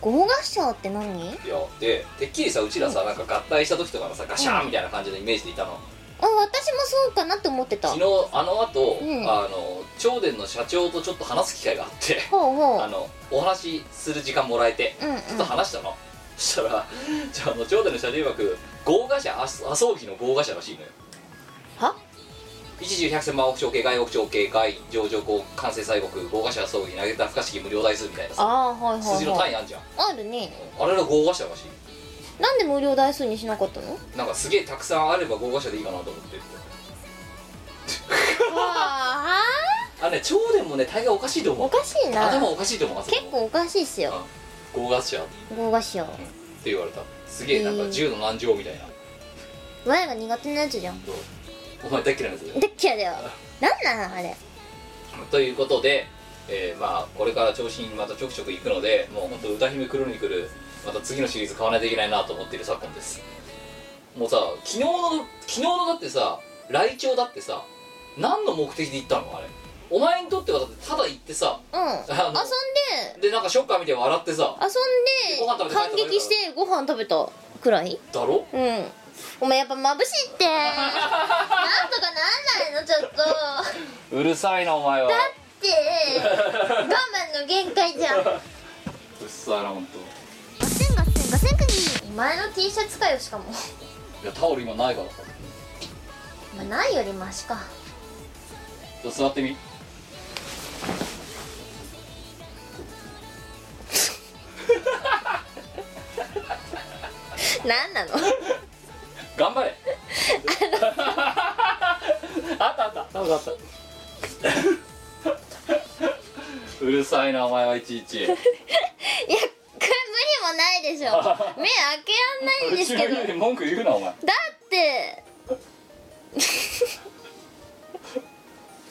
豪華賞って何うん
いやでてっきりさうちらさなんか合体した時とかのさガシャーンみたいな感じのイメージでいたの
あ私もそうかなって思ってた
昨
ほ
日あの後、
うん
あの長電の社長とちょっと話す機会があって
うほう
あのお話しする時間もらえて
うんうん
ちょっと話したの、そしたらじゃああの長電の社長曰く豪華車あ麻生機の豪華車らしいのよ
は
一時百千万億兆系外億兆系外上場後完成西国豪華車葬儀投げた不可思議無料台数みたいなさ
あーはいは
数
い
字の
は
単
い
位あんじゃん
あるね
あれが豪華車らしい
なんで無料台数にしなかった のわ
なんかすげえたくさんあれば豪華車でいいかなと思って
あ
あね長電もね大概おかしいと思
お
う
かしいな
頭おかしいと思うあそこ
結構おかしいっすよ
豪華車って
豪華賞
言われたすげえなん
へ
か
え
銃の難情みたいな
我が苦手なやつじゃん
お前大っ嫌いなんですよ
でっけやだよなんなのあれ
ということでえーまあこれから調子にまたちょくちょく行くのでもう本当歌姫クロニクルまた次のシリーズ買わないといけないなと思っている昨今ですもうさ昨日の昨日のだってさ来庁だってさ何の目的で行ったのあれお前にとってはだってただ行ってさ
うん
あの
遊んで
でなんかショッカーみたいに笑ってさ
遊
ご飯食
んで
べて帰った
感
のに
激してご飯食べたくらい
だろ
うんお前やっぱ眩しいってなんとかなんないのちょっとだ
うるさいなお前は
って我慢の限界じゃんガ
うっさいな本
センガセンガセンクニー前の T シャツかよしかも
当。いやタオル今ないからさ
まあないよりマシか
ちょっと座ってみ
なんなの
頑張れ あったあった多分あった うるさいなお前はいちいち
いや無理もないでしょ目開けらんないん
う
で
ち
す
の
けど
家で文句言うなお前
だって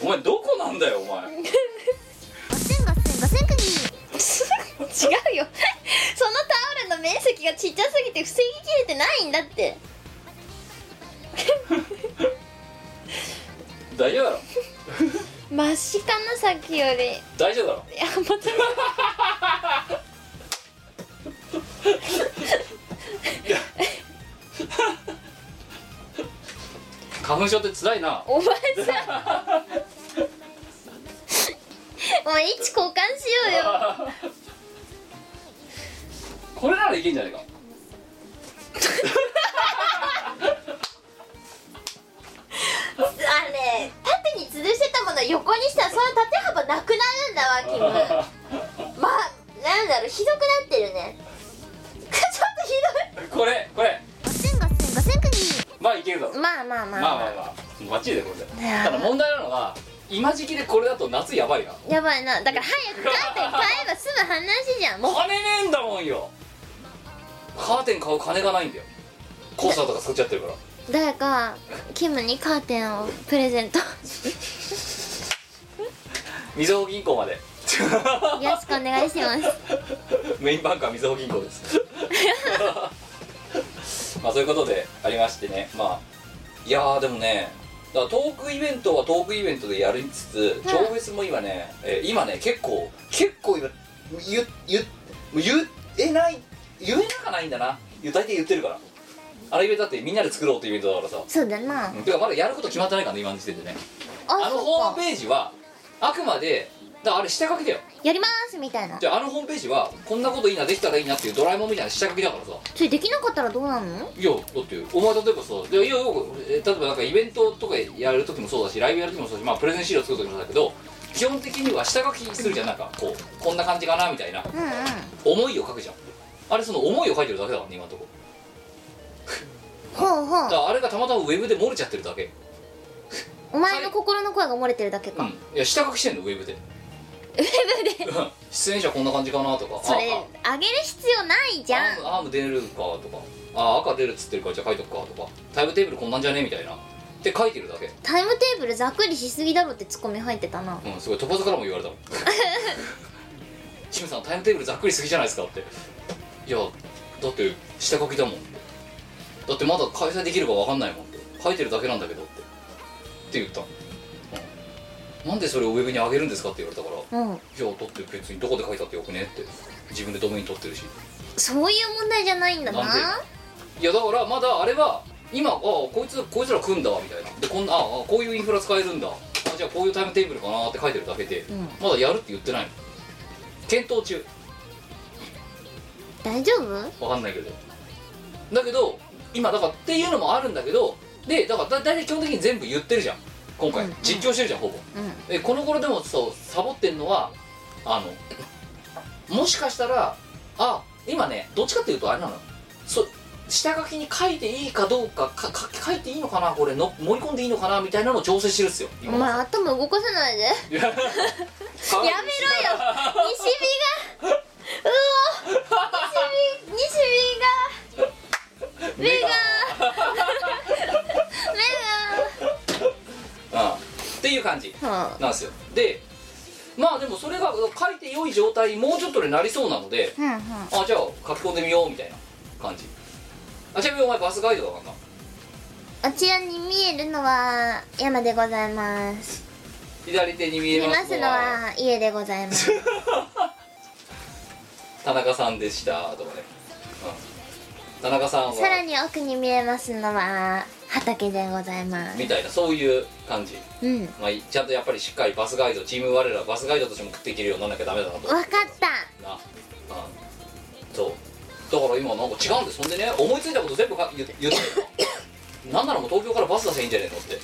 お前どこなんだよお前
ガセンガセンガセンクニー 違うよそのタオルの面積がちっちゃすぎて防ぎきれてないんだって
大丈夫だろ
マシかなさっきよりい
大丈夫だろ
やまた
花粉症って辛いな
お前さお前位置交換しようよ
これならいけんじゃないか
あれ縦に吊るしてたものを横にしたらその縦幅なくなるんだわキム まあなんだろうひどくなってるね ちょっとひどい
これこれ
ガ センガセンガセンクニー
まあいけるだろ
まあまあまあ
まあまあまあバッチリだよこれで
やー
ただ問題なのは今時期でこれだと夏やばいな
やばいなだから早く帰って買えば済む話じゃんもう
金ねえんだもんよカーテン買う金がないんだよコースターとか作っちゃってるから
誰かキムにカーテンをプレゼント
みずほ銀行まで
よろしくお願いします
メインバンクはみずほ銀行です まあそういうことでありましてねまあいやーでもねだからトークイベントはトークイベントでやりつつ
うん
超フェスも今ね、えー今ね結構結構今言言言えない言えなかないんだな言う大体言ってるからあのイベントだってみんなで作ろうってイベントだからさ
そうだなあ
うんてかまだやること決まってないからね今の時点でね
そ
あのホーム
うか
ページはあくまでだからあれ下書きだよ
やりますみたいな
じゃああのホームページはこんなこといいなできたらいいなっていうドラえもんみたいな下書きだからさ
それできなかったらどうなの
いやだってお前例えばさでいやよくえ例えばなんかイベントとかやるときもそうだしライブやるときもそうだし、まあ、プレゼン資料作るときもそうだけど基本的には下書きするじゃんなんかこうこんな感じかなみたいな
うんうん
思いを書くじゃんあれその思いを書いてるだけだからね今のとこ
ほうほ
だ
う
からあれがたまたまウェブで漏れちゃってるだけ
お前の心の声が漏れてるだけ
う
か、
んいや下書きしてんのウェブでウェブで出演者こんな感じかなとか
それ
ああ
あげる必要ないじゃん
アームアーム出るかとかあ赤出るっつってるからじゃあ書いとくかとかタイムテーブルこんなんじゃねみたいなって書いてるだけ
タイムテーブルざっくりしすぎだろってツッコミ入ってたな
うんすごいトパズからも言われたもんシムさんタイムテーブルざっくりすぎじゃないですかっていやだって下書きだもんだってまだ開催できるかわかんないもんって書いてるだけなんだけどってって言ったの、うんなんでそれをウェブに上げるんですかって言われたから
うん
いやだって別にどこで書いたってよくねって自分でドメイン取ってるし
そういう問題じゃないんだな
なんでいやだからまだあれは今ああこいつこいつら組んだわみたいなでこんなああこういうインフラ使えるんだあじゃあこういうタイムテーブルかなって書いてるだけで、
ん
まだやるって言ってないの検討中
大丈夫
わかんないけどだけど今だからっていうのもあるんだけどでだからだ大体基本的に全部言ってるじゃん今回、
うんうん
実況してるじゃんほぼ
うん
えこの頃でもそうサボってんのはあのもしかしたらあ今ねどっちかっていうとあれなのそ下書きに書いていいかどうかかか書いていいのかなこれの盛り込んでいいのかなみたいなのを調整してるっすよ
お
今
前頭動かさないでや
いややめろよ
めろよ西日 がうお西日西日が目が目
うんっていう感じ
がはあ
なんですよでまあでもそれれが書いて良い状態にもうちょっとでなりそうなので
うんうん
あじゃあ書き込んでみようみたいな感じあちなみにお前バスガイドだからな
あちらに見えるのは山でございます
左手に見
見
え
ま
ま
す
す
の
のは
は家でございます
田中さんでしたとかね、うん、田中さんは
さらに奥に見えますのは畑でございます
みたいなそういう感じ、
うん
まあ、ちゃんとやっぱりしっかりバスガイドチーム我らバスガイドとしても食っていけるようにならなきゃダメだなと
わかった
な、うん、そうだから今なんか違うんですそんでね思いついたこと全部か言 言ってなんならもう東京からバス出せばいいんじゃねえのって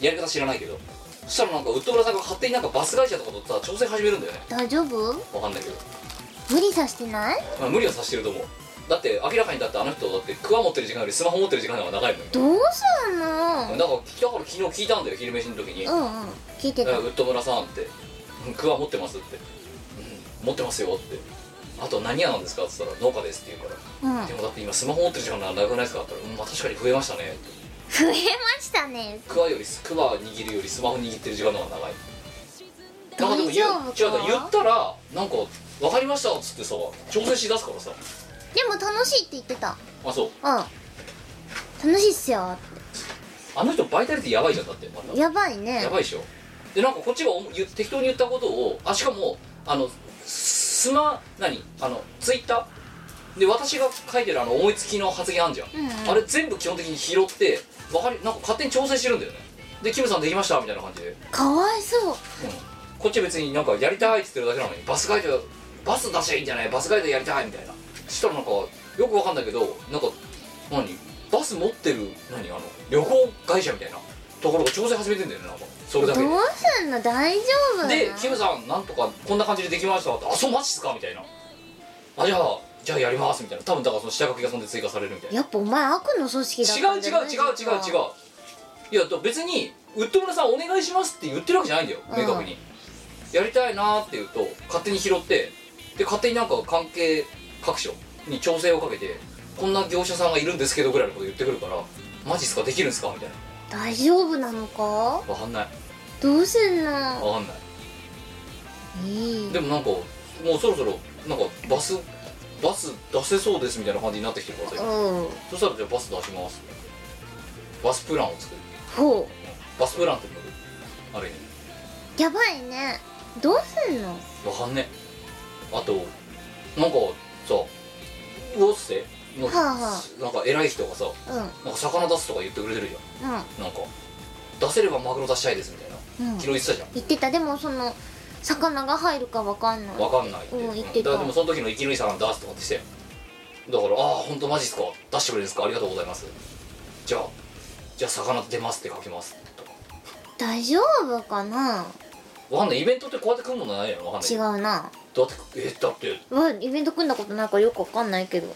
やり方知らないけどそしたらなんかウッドラさんが勝手になんかバス会社とかとさ調整始めるんだよね
大丈夫
わかんないけど、
無理さしてない
まあ、無理はさしてると思うだって明らかにだってあの人だってクワ持ってる時間よりスマホ持ってる時間の方が長いもん
どう
よ
すんの
だからだから昨日聞いたんだよ昼飯の時に
うんうん聞いてた
えウッド村さんって「クワ持ってます」って「うん持ってますよ」って「あと何屋なんですか?」って言ったら「農家です」って言うから
うん
「でもだって今スマホ持ってる時間なくないですか?」って言ったら「うんまあ確かに増えましたね」って
増えましたね
クワよりクワ握るよりスマホ握ってる時間の方が長い
大
なんかでも言う
丈夫
違う
か
だ言ったらなんか「分かりました」っつってさ挑戦しだすからさ
でも楽しいって言ってた
あそう
うん楽しいっすよ
あの人バイタリティやばいじゃんだってまだ
やばいね
やばいでしょでなんかこっちが思い言う適当に言ったことをあしかもあのスマ何あのツイッターで私が書いてるあの思いつきの発言あんじゃん、
うんうん
あれ全部基本的に拾ってわかりなんか勝手に調整してるんだよねでキムさんできましたみたいな感じで、うん、
かわいそう
こっちは別になんかやりたいって言ってるだけなのにバスガイドバス出しゃいいんじゃないバスガイドやりたいみたいなそしたらなんかよくわかんないけどなんか何バス持ってる何あの旅行会社みたいなところが調整始めてんだよねなんかそれだ
ど
けで
うすんの大丈夫
でキム
さ
さんなんとかこんな感じでできましたってあそうマジっすかみたいなあじゃあじゃあやりますみたいな多分だからその下書きがそんで追加されるみたいな
やっぱお前悪の組織だっ
違
た
うん違
じ
う
ゃない
違う違う違ういやだから別にウッド村さんお願いしますって言ってるわけじゃないんだよ
うん
明確に、やりたいなーって言うと勝手に拾ってで勝手になんか関係各所に調整をかけてこんな業者さんがいるんですけどぐらいのこと言ってくるからマジっすかできるんすかみたいな
大丈夫なのか
わかんない
どうすんの
わかんない
いい
でもなんかもうそろそろなんかバスバス出せそうですみたいな感じになってきてるか
う
らさ
ん
そしたらじゃあバス出しますバスプランを作る
ほ
バスプランっていうのある意
うやばいねどうすんの
味わかんねあとなんかさ魚っせの、
はあは
なんか偉い人がさ
うんうん
なんか魚出すとか言ってくれてるじゃんなんか出せればマグロ出したいですみたいな
うん
昨日言ってたじゃん
言ってたでもその魚が入るかわかんない
わかんないって,、
うん言ってた
だからでもその時の生き抜いさんが出すとかってしてだから「ああ本当マジっすか出してくれるんですかありがとうございます」じゃあじゃあ魚出ますって書きますとか
大丈夫かな
わかんないイベントってこうやって来るものないのわかんない
違うな
だってえだって
わイベント組んだことないからよくわかんないけど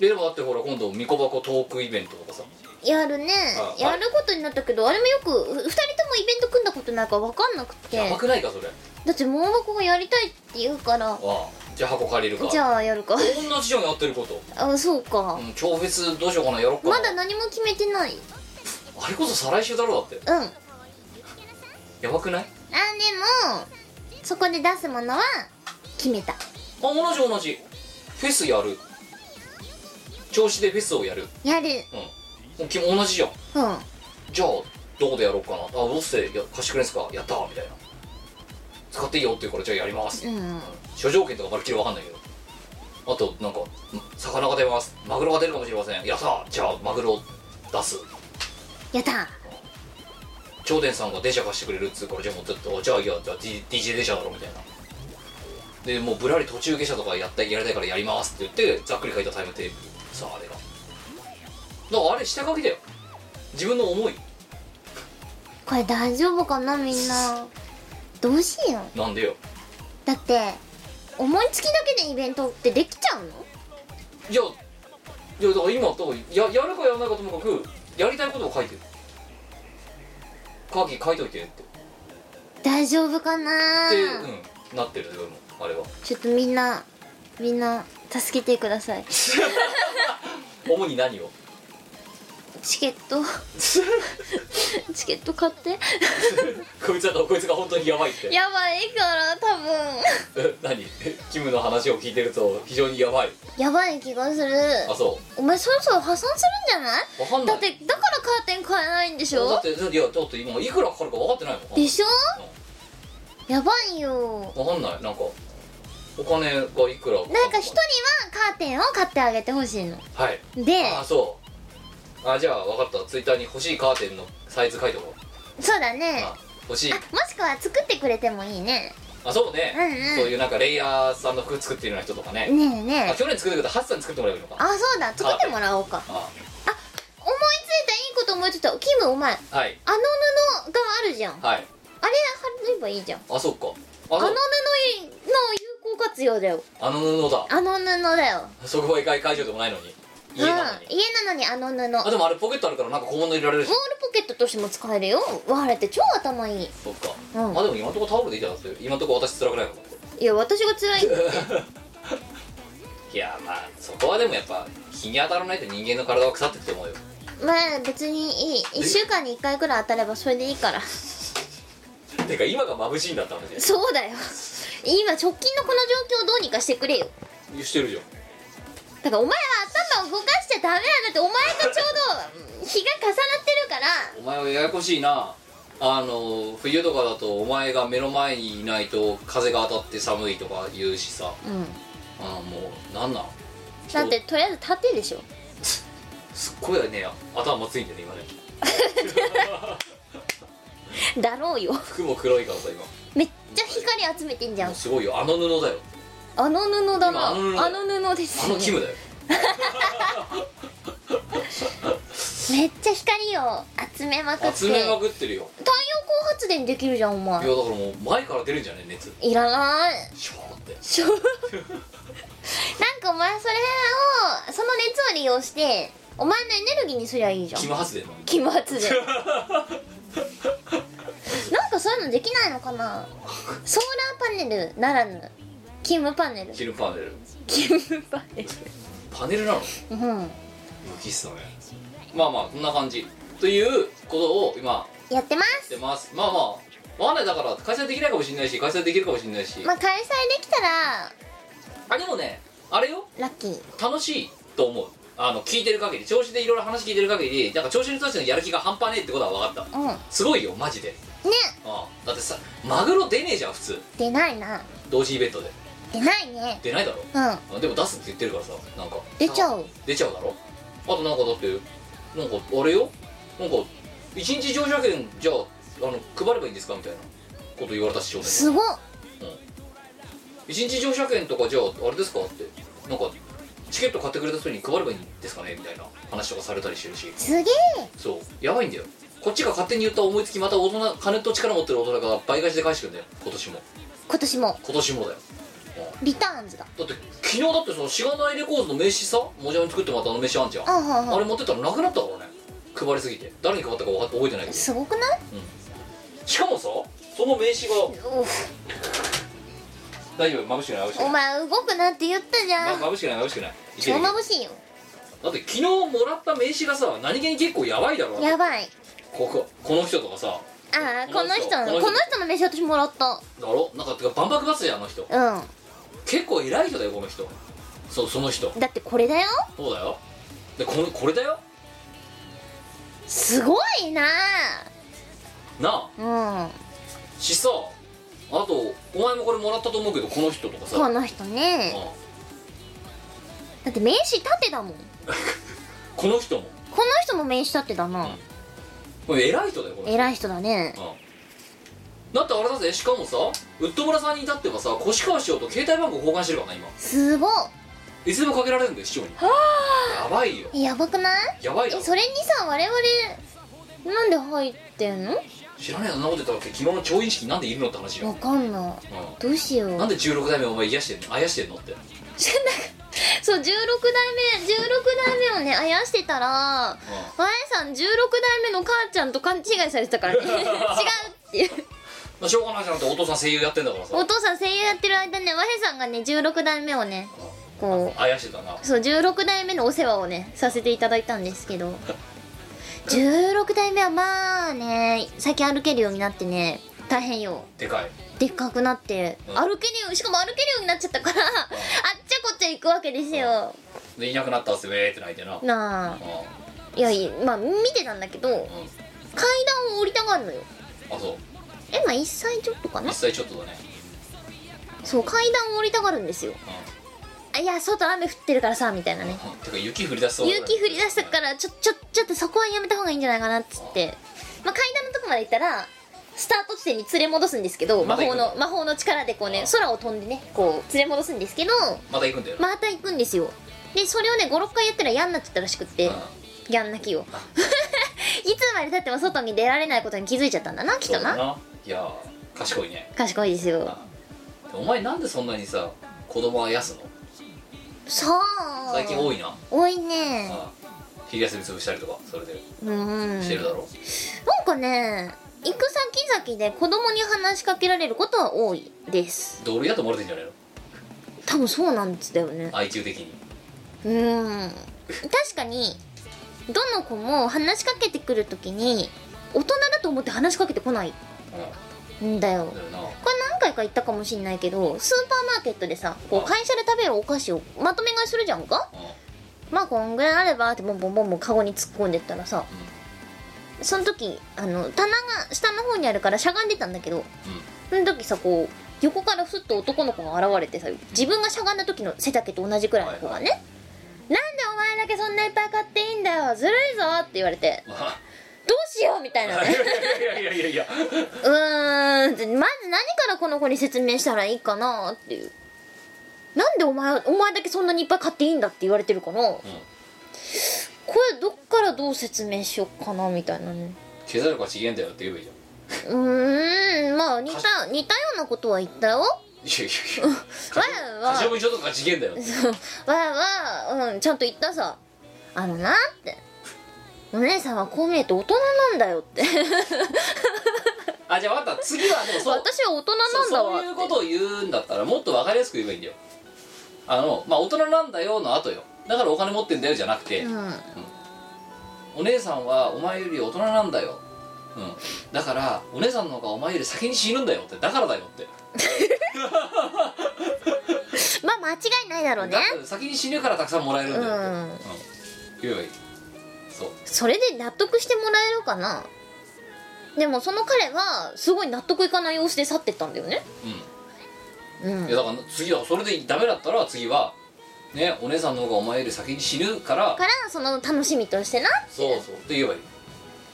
ででもだってほら今度巫女箱トークイベントとかさ
やるね
あ
やることになったけどあれもよくふ二人ともイベント組んだことないからわかんなくて
やばくないかそれあ
だって盲箱がやりたいって言うから
あじゃあ箱借りるか
じゃあやるか
同じじゃんやってること
あそうか
うん超フェスどうしようかなやろっかな
まだ何も決めてないうん
あれこそ再来週だろだって
あでも
やばくないあ
そこで出すものは決めた
同じ同じフェスやる調子でフェスをやる
やる
うんもう君同じじゃん
うん
じゃあどこでやろうかなあどうしてや貸してくれんすかやったみたいな使っていいよって言うからじゃあやります、
うん
諸条件とかまるっきり分かんないけどあとなんかん魚が出ますマグロが出るかもしれませんやったーじゃあマグロ出す
やった
頂点さんが電車貸してくれるっつうからじゃあもうちょっとじゃあいやじゃあ D- DJ 電車だろみたいなでもうぶらり途中下車とかやったやりたいからやりますって言ってざっくり書いたタイムテープさああれがだからあれ下書きだよ自分の思い
これ大丈夫かなみんなどうしよう
なんでよ
だって思いつきだけでイベントってできちゃうの
いやいやだから今だからややるかやらないかともかくやりたいことを書いてる書き書いといてって
大丈夫かな
で、うん、なってるよもあれは
ちょっとみんなみんな助けてください
主に何を
チケット チケット買って
こいつだとこいつが本当にやばいって
やばいから多分
何 キムの話を聞いてると非常にやばい
やばい気がする
あそ
お前そろそろ破産するんじゃないう
わかんな
だ
い
ってだからカーテン買えないんでし
だ
ょ
ってだっていやだって今いくらかかるか分かってないもん
でしょやばいよ
分かんないなんかお金がいくら
なんか人にはカーテンを買ってあげてほしいの
はい
で
あそうあじゃあ分かったツイッターに欲しいカーテンのサイズ書いとこう
そうだね
あ欲しい
あもしくは作ってくれてもいいね
あそうね、
うんうん
そういうなんかレイヤーさんの服作ってるような人とかね、
ねえね
あ
え
去年作ってくれたハッサンに作ってもらえばいいのか
あそうだ作ってもらおうか
あ
思いついたいいこと思いついたキムお前あの
はい
布があるじゃんあれ
はい
貼ればいいじゃん
あそっか
あ
あ
の布の
そう
有効活用だよ
あの布だ
あの布だよ
即売会会場でもないのに家なのに、
うん、家なのにあの布ウォール
あでもあれポケットあるからなんか小物入れられるし
ポケットとしても使えるよわあれって超頭いい
そっか、
うん
まあでも今のところタオルでいいじゃんだって今のところ私辛くないのか
いや私が辛い んだ
いやまあそこはでもやっぱ日に当たらないと人間の体は腐ってくと思うよ
まあ別にいい1週間に1回くらい当たればそれでいいから
てか今が眩しいんだった話
そうだよ今直近のこの状況をどうにかしてくれよ
してるじゃん
だからお前は頭を動かしちゃダメなんだってお前がちょうど日が重なってるから
お前はややこしいなあの冬とかだとお前が目の前にいないと風が当たって寒いとか言うしさ
うん
あもうなんなん
だってとりあえず縦でしょ
すっごいね頭ついてね今ね
だろうよ
服も黒いからさ今
めっちゃ光集めてんじゃ
も
ん
うすごいよあの布だよ
あの布だなあ
今あの
の布です
あのキムだよ
めっちゃ光を集めまくって
集
太陽
めま
光
くってるよ
発電できるじゃんお
いや
前
だからもう前から出るんじゃね熱
いらない
ショーって
しょなんかお前それをその熱を利用してお前のエネルギーにすりゃいいじゃん
キム発電の
気ま つでなんかそういうのできないのかなソーラーパネルならぬキムパネル
キムパネル
キムパネ
パネルなの
ルうん
無機質だねまあまあこんな感じということを今
やってま
やっ
す
てますまあまあわかんないだから開催できないかもしれないし開催できるかもしれないし、
まあ開催できたら
あでもねあれよ
ラッキー
楽しいと思うあの聞いてる限り調子でいろいろ話聞いてる限りなんか調子の人たちのやる気が半端ねえってことは分かった
うんね
すごいよマジでああだってさマグロ出ねえじゃん普通
出ないな
同時イベントで
出ないね
出ないだろ
うん
あでも出すって言ってるからさなんか
出ちゃう
出ちゃうだろあとなんかだってなんかあれよなんか一日乗車券じゃああの配ればいいんですかみたいなこと言われたし少年
すごっ
一日乗車券とかじゃああれですかってなんかチケット買ってくれた人に配ればいいんですかねみたいな話とかされたりしてるし
すげえ
そうやばいんだよこっちが勝手に言った思いつきまた大人金と力持ってる大人が倍返しで返してくんだよ今年も
今年も
今年もだよ、
リターンズだ
うんだって昨日だってそのしがないレコーズの名刺さもじゃに作ってもらったあの名刺あんじゃん
うんうん
あ
う
れ持ってったらなくなったからね配りすぎて誰に配ったかわか覚えてないけ
ん
ど
すごくない
しかもさその名刺が
お
大丈夫眩しくない眩しく
お
ない
前動くなって言ったじゃん
ま眩しくない眩しくないいけ
超
るいける
眩しいよ
だって昨日もらった名刺がさ何気に結構やばいだろ
やばい
こここの人とかさ
ああ
こ
こ
の
の
人
人のこ
この
の人の飯私もらった
だろなんかてか万博バスじゃんあの人
う
結構偉い人だよこの人そうその人
んだってこれだよ
そうだよでこのこれだよ
すごいな
なあ
うん
しさあとお前もこれもらったと思うけどこの人とかさ
こ
うん
の人ねだって名刺縦だもんこ
この人も
の人も名刺縦だな
これ偉い人だよこの人
偉い人だね
うんだってあれだぜしかもさウッド村さんに至ってはさ越川市長と携帯番号交換してるからな今
すご
いつでもかけられるんだよ市長にやばいよ
いやばくない
やばいだ
え
ろ
それにさ我々なんで入ってんの
知らねえよそんなこと言ったらって昨日の調印式なんでいるのって話よ、
わかんない
うん
どうしよう
なんで16代目お前癒やしてんのあやしてんのって
ちょなんかそう16代目16代目をねあやしてたら
ん
ワエさん16代目の母ちゃんと勘違いされてたから ね違うっていう
まあしょうがないじゃんだってお父さん声優やってんだからさ
お父さん声優やってる間ねワヘさんがね16代目をねこ
あやしてたな
うそう16代目のお世話をねさせていただいたんですけど16代目はまあね最近歩けるようになってね大変よ
でかい
でっかくなって
うん
歩けるようしかも歩けるようになっちゃったからあっちゃこっちゃ行くわけですよ
でいなくなったっすよえーって泣いてなうん
なあ
う
いやいいまあ見てたんだけど
ん
階段を降りたがるのよ
あそう
えまあ1歳ちょっとかな
実際ちょっとだね
そう階段を降りたがるんですよあいや外雨降ってるからさみたいな
うん、
ね
うん てか雪降り出しそうだね
雪降り出したからちょちょちょっとそこはやめた方がいいんじゃないかなっつって、まあ、階段のとこまで行ったらスタート地点に連れ戻すんですけど魔
また行
法
く
の魔法の力でこうね空を飛んでねこう連れ戻すんですけど
また行くんだよな、
また行くんですよでそれをね56回やったら嫌になっちゃったらしくって
うん
やんなきよ い
あ
つまでたっても外に出られないことに気づいちゃったんだなきっ
そ
と
う
な
だないやー賢いね
賢いですよ
うんお前なんでそんなにさ子供はやすの
そう
最近多いな
多いね
うん昼休み潰したりとかそれで
うん
してるだろ
なんかね行く先々で子供に話しかけられることは多いです
同類だと思われてんじゃないの
多分そうなんですだよね
IQ 的に
うーん確かにどの子も話しかけてくるときに大人だと思って話しかけてこない
うん
んだよ
だよな
これ何回か言ったかもしんないけどスーパーマーケットでさこう会社で食べるお菓子をまとめ買いするじゃんか
うん
まあこんぐらいあればってボンボンボンボンカゴに突っ込んでったらさ
う
その時あの棚が下の方にあるからしゃがんでたんだけど
んうん
その時さこう横からふっと男の子が現れてさ自分がしゃがんだ時の背丈と同じくらいの子がね、なんでお前だけそんないっぱい買っていいんだよずるいぞって言われて
まあ
どうしようみたいなね
いやいやいやいやいや
うーんってまず何からこの子に説明したらいいかなっていうなんでお前お前だけそんなにいっぱい買っていいんだって言われてるかなこ
うん
れどっからどう説明しようかなみたいなね
経済力はちげえんだよって言えばいいじゃん
うーんまあ似た似たようなことは言ったよ
いやい やいや
わあわあ
カシオペとかちげえんだよって
わあわあ、うん、ちゃんと言ったさあのなってお姉さんはこう見えて大人なんだよって
あじゃあ分かった次はでもそう
私は大人なんだわ
そうそういうことを言うんだったらもっと分かりやすく言えばいいんだよあのまあ大人なんだよの後よだからお金持ってんだよじゃなくて、
うん
お姉さんはお前より大人なんだようんだからお姉さんの方がお前より先に死ぬんだよってだからだよって
まあ間違いないだろうね
だって先に死ぬからたくさんもらえるんだよっ
う
て、うんん言えばいいそう
それで納得してもらえるかなでもその彼はすごい納得いかない様子で去ってったんだよね
うん
う
い
ん
やだから次はそれでダメだったら次はねお姉さんの方がお前より先に死ぬから
からその楽しみとしてな
そうそうって言えばいい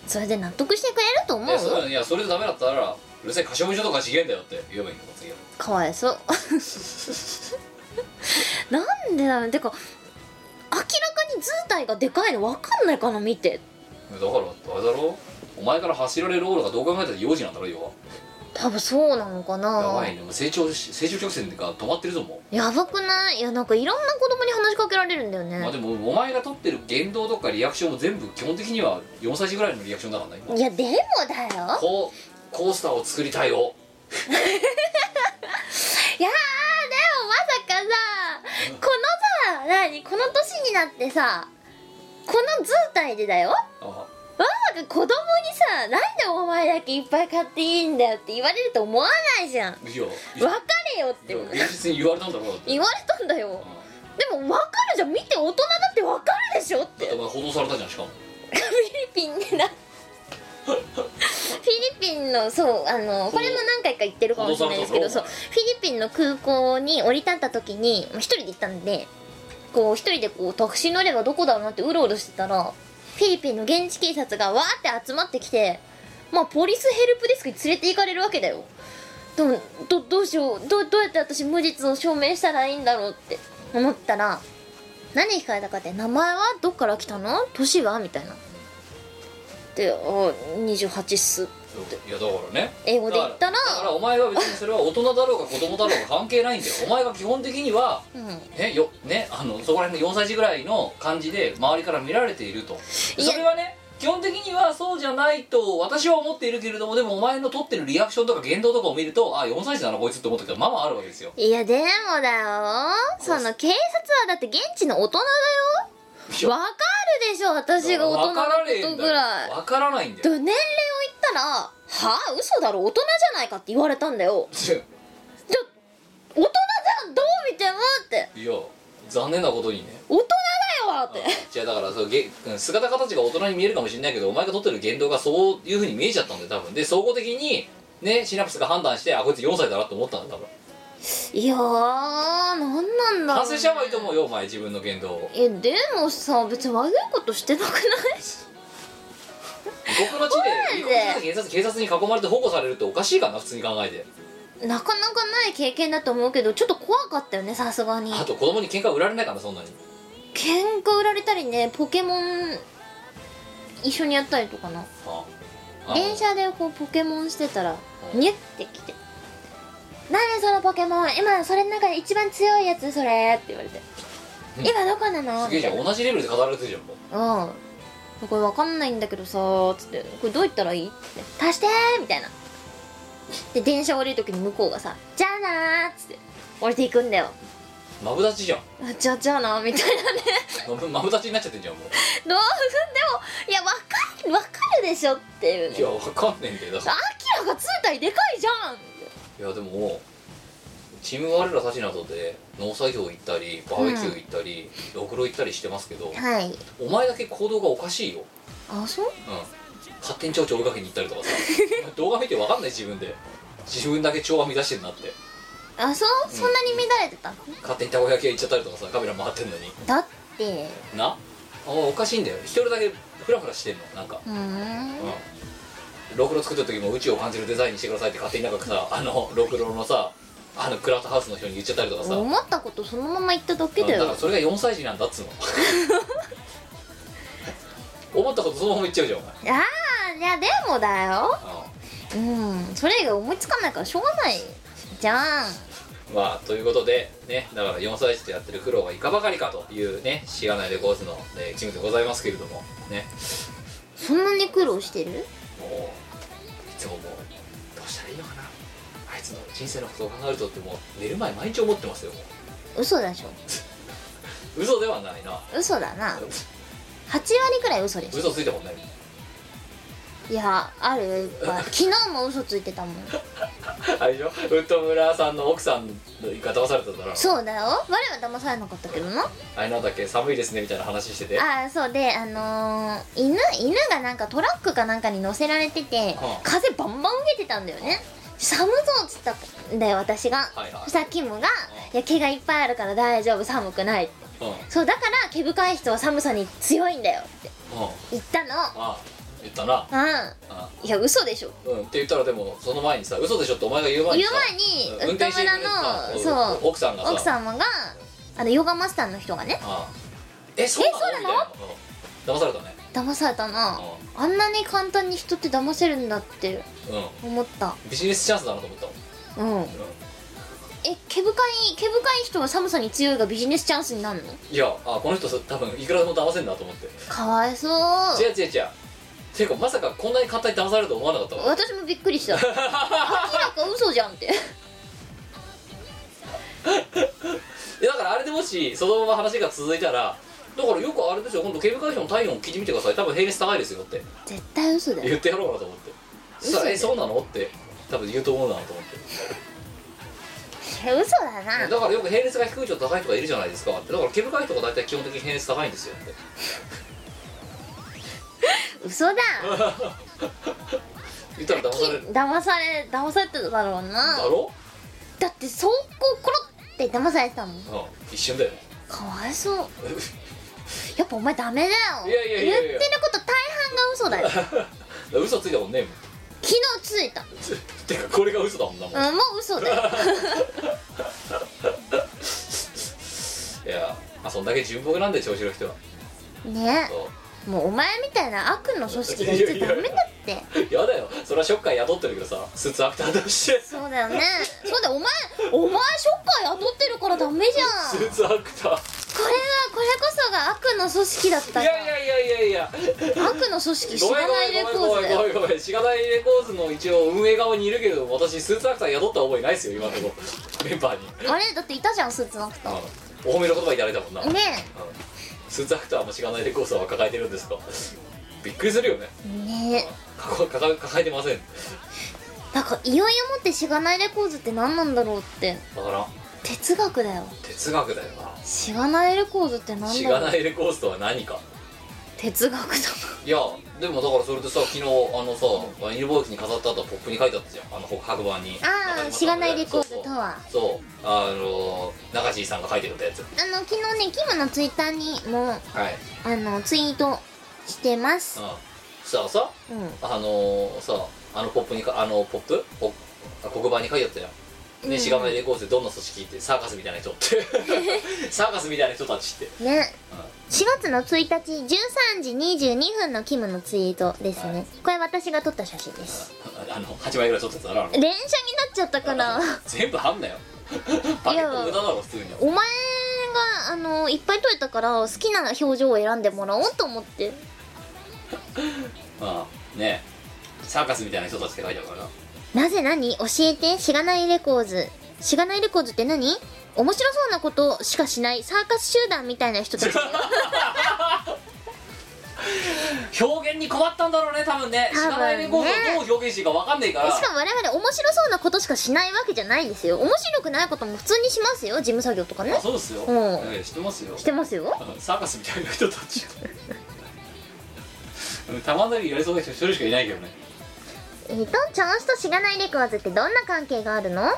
それで納得してくれると思う
でそ
よ
れいやそれでダメだったらうるせえ貸しょとかしげんだよって言えばいいんだから次は
かわいそう なんでだろうてか明らかに図体がでかいの分かんないかな見て
だからあれだろお前から走られるオーラがどう考えたら幼児なんだろ要は
多分そうなのかな
やばいねもう成長し成長曲線が止まってるぞも
やばくないいやなんかいろんな子供に話しかけられるんだよ
う、まあ
ね
でもお前が取ってる言動とかリアクションも全部基本的には4歳児ぐらいのリアクションだからね今
いやでもだよ
こうコースターを作りたいを
いやーでもまさかさこのさ何この年になってさこの図体でだよ
あ
まさか子供にさ「なんでお前だけいっぱい買っていいんだよ」って言われると思わないじゃん
あいやい
分かれよって
や現実に言われたんだろうだって
言われたんだよでも分かるじゃん見て大人だって分かるでしょっ
だ
て
ってお前報道されたじゃんしかも
フィリピンでなフィリピンのそうあのこれも何回か言ってるかもしれないですけどそうフィリピンの空港に降り立った時にまあ一人で行ったんでこう一人でこうタクシー乗ればどこだろうなってうろうろしてたらフィリピンの現地警察がわーって集まってきてまあポリスヘルプデスクに連れて行かれるわけだよでもどどうしようどどうやって私無実を証明したらいいんだろうって思ったら何聞かれたかって「名前はどっから来たの年は?」みたいなで「あ28っす
いやだからね
英語で言ったら
だからだからお前は別にそれは大人だろうが子供だろうが関係ないんだよお前が基本的には」
うん
ねよねあのそこら辺の4歳児ぐらいの感じで周りから見られていると
いや
それはね基本的にはそうじゃないと私は思っているけれどもでもお前の取ってるリアクションとか言動とかを見るとあ4歳児だなこいつって思ったけどまあまああるわけですよ
いやでもだよその警察はだって現地の大人だよ
いや
わかるでしょ私が大人のことぐらい
わからないんだ
と
よ
年齢を言ったら「はあ嘘だろ大人じゃないか」って言われたんだよじゃ大人じゃんどう見てもって
いや残念なことにね
大人だよって
じゃあだからそうげうん姿形が大人に見えるかもしれないけどお前が取ってる言動がそういうふうに見えちゃったんだよ多分で総合的にねシナプスが判断してあこいつ4歳だなと思ったんだ多分
いやーなんなんだろう
反省した方がいいと思うよお前自分の言動を
えでもさ別に悪いことしてなくない
僕の地で
そう
異国
なん
の警察警察に囲まれて保護されるっておかしいかな普通に考えて
なかなかない経験だと思うけどちょっと怖かったよねさすがに
あと子供に喧嘩売られないかなそんなに
喧嘩売られたりねポケモン一緒にやったりとかな
ああ
電車でこうポケモンしてたら
うん
ニュッてきて「何そのポケモン今それの中で一番強いやつそれ」って言われて「
うん
今どこなの?」
すげえじゃん同じレベルで語られてるじゃんもう
うんこれわかんないんだけどさつって「これどう言ったらいい?」って「足して!」みたいなで電車降りる時に向こうがさ「じゃあな」っつって降りていくんだよ
マブダチじゃん
あじゃあじゃあなみたいなね
マブマブダチになっちゃってんじゃんもう
どう でもいやわかるわかるでしょっていう
い
ね
やわかんねえんだよだから
アキラがついたりでかいじゃん
いやでもチーム我らたちなどで農作業行ったりバーベキュー行ったり、ろくろ行ったりしてますけど
はい
お前だけ行動がおかしいよ、
あそう
うん、勝手に蝶々追いかけに行ったりとかさ動画見て分かんない自分で自分だけ蝶が乱してんなって
あそう、そんなに乱れてたの
勝手にたこ焼き屋行っちゃったりとかさカメラ回ってんのに
だって
なあおかしいんだよ一人だけフラフラしてんのなんか
うーん
うんろくろ作ってる時も宇宙を感じるデザインにしてくださいって勝手になんかさあのろくろのさあのクラフトハウスの人に言っちゃったりとかさ
思ったことそのまま言っただけだ
だから
よ
それが4歳児なんだっつうの 思ったことそのまま言っちゃうじゃんお前
ああいやでもだよ
あ
うんそれ以外思いつかないからしょうがないじゃん
あまあということでねだから4歳児とやってる苦労はいかばかりかというねしがないレコーズの、えーキムでございますけれどもね
そんなに苦労してる
もういつももうどうしたらいいのかなあいつの人生のことを考えるとってもう寝る前毎日思ってますよも
嘘でしょ
う嘘ではないな
嘘だな8割くらい嘘でしょ
嘘ついたもんない
いやあるいっぱい昨日も嘘ついてたもん
あれでしょウッド村さんの奥さんが騙されただろ
そうだよ我は騙されなかったけどな
あれなんだっけ寒いですねみたいな話してて
ああそうであのー犬犬がなんかトラックかなんかに乗せられてて
はあ
風バンバン受けてたんだよね寒そうっつったんだよ私が、
はいはい
そしたらキムが「いや毛がいっぱいあるから大丈夫寒くない」って
うんうん
そうだから毛深い人は寒さに強いんだよって言ったの
あ言ったな
う
あ
んいや嘘でしょ
うんって言ったらでもその前にさ嘘でしょってお前が言う前に
言う
さ
前に
うん運
歌
転してく
村
れてた
のそう
奥さんがさ
奥様があのヨガマスターの人がね
あえそうなの
えそうなの
みたいなうん騙されたね
騙されたなあんなに簡単に人って騙せるんだって
う
思った
んビジネスチャンスだなと思ったも
う
ん
んえ毛深い毛深い人は寒さに強いがビジネスチャンスになるの
いやあこの人さ多分いくらでも騙せんなと思って
かわいそう
違う違う違うていうかまさかこんなに簡単に騙されると思わなかったわ
私もびっくりした明らか嘘じゃんって
いやだからあれでもしそのまま話が続いたらだからよくあれですよ今度警備会社の体温聞いてみてください多分平熱高いですよって
絶対嘘だよ
言ってやろうかなと思ってそしたら「えそうなの?」って多分言うと思うなと思って
いや嘘だな
だからよく平熱が低い人と高い人がいるじゃないですかってだから毛深い人が大体基本的に平熱高いんです よって
嘘だ
言ったら騙される
騙され騙されてただろうな
だろ、
だって走行コロって騙されてたもん
うん、一瞬だよ ね
かわいそうやっぱお前ダメだよ
いやいやいやいや
言ってること大半が嘘だよ
嘘ついたもんねもう
昨日ついた
てかこれが嘘だもんなもん、
うんもう嘘だよ
いやまあそんだけ純朴なんで調子の人は
ね
そ
もうお前みたいな悪の組織がいちゃダメだって
うやだよそれはショッカー雇ってるけどさスーツアクターとして
そうだよねそうだよお前お前ショッカー雇ってるからダメじ
ス
ゃんこれ
ー
が
ツアクター
これこそが悪の組織だった
い
んだ
やいやいやいやいや
悪の組織知
ごめ
ら
ん
ないレコ
ご
ー
め
ズだよ
んごめんごめんごめんしがないレコーズの一応運営側にいるけれども私スーツアクター雇った覚えないですよ今のところメンバーに
あれだっていたじゃんスーツなくたね
お褒めの言葉いただいたもんな、うん
え
スーツアクターもしがないレコースは抱えてるんですかびっくりするよね
ね
抱え抱え抱えてません
えなんかいよいよもってしがないレコーズって何なんだろうって
だから
哲学だよ
哲学だよな
しがないレコーズって何
し
だ
が
ろう
ないレコースとは何か
哲学だ
いやでもだからそれでさ昨日あのさビニルボーイズに飾ってあったポップに書いてあったじゃんあの白板に
なああしがないレコーズとは
そうあの中地さんが書いてくれたやつ
あの昨日ねキムのツイッターにも
はい
あのツイートしてます
うんそしたらさ
うん
あのー、さあのポップにかあのポップポッ黒板に書いてあったじゃん
う
ね
ん
しがないレコーズでどんな組織ってサーカスみたいな人って サーカスみたいな人たちって
ね4月の1日13時22分のキムのツイートですねこれ私が撮った写真です
あの8枚ぐらい取ってたら
連写になっちゃったから
全部貼ん なよパケット無駄だろ普通に
お前があのいっぱい撮れたから好きな表情を選んでもらおうと思って
まあねサーカスみたいな人たちって書いてあるから な
なぜ何教えてしがないレコーズしがないレコーズって何面白そうなことしかしないサーカス集団みたいな人 たちだよ
表現に困ったんだろうね多分ね
多分ね
知らないレコードをどう表現していいか分かんないから
しかも我々面白そうなことしかしないわけじゃないですよ面白くないことも普通にしますよ事務作業とかね
あそうですよ、
うん
ええ知ってますよ
してますよ
あのサーカスみたいな人たち うんたまにやりそうな人一人しかいないけどね
えー、とチャンスとしがないレコーズってどんな関係があるの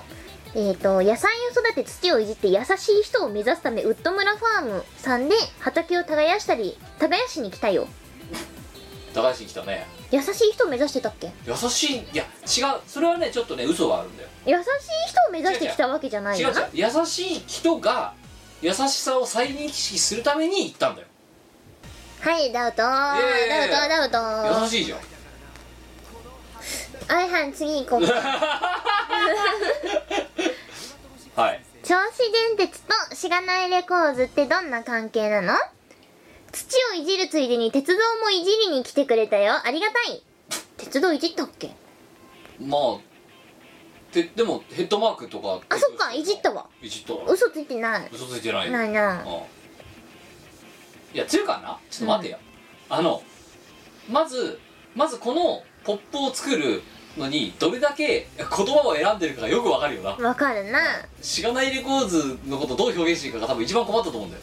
えー、と野菜を育て土をいじって優しい人を目指すためウッド村ファームさんで畑を耕したり耕しに来たよ
高橋に来たね
優しい人を目指してたっけ
優しいいや違うそれはねちょっとね嘘があるんだよ
優しい人を目指してきたわけじゃない
違う
よな
違う優しい人が優しさを再認識するために行ったんだよ
はいダウトーダ
いやいやいや
ウトーダ
優
ウト
しいじゃん
ーはいはい次行こう銚
はい
子電鉄としがないレコーズってどんな関係なの土をいじるついでに鉄道もいじりに来てくれたよありがたい鉄道いじったっけ
まあででもヘッドマークとか
あそっかいじったわ
いじった
嘘ついてない
嘘ついてないよ
ないな
うんいやつうかなちょっと待てよ、あのまずまずこのポップを作るのにどれだけ言葉を選んでるかがよくわかるよな
わかるな
しがないレコーズのことをどう表現していいかが多分一番困ったと思うんだよ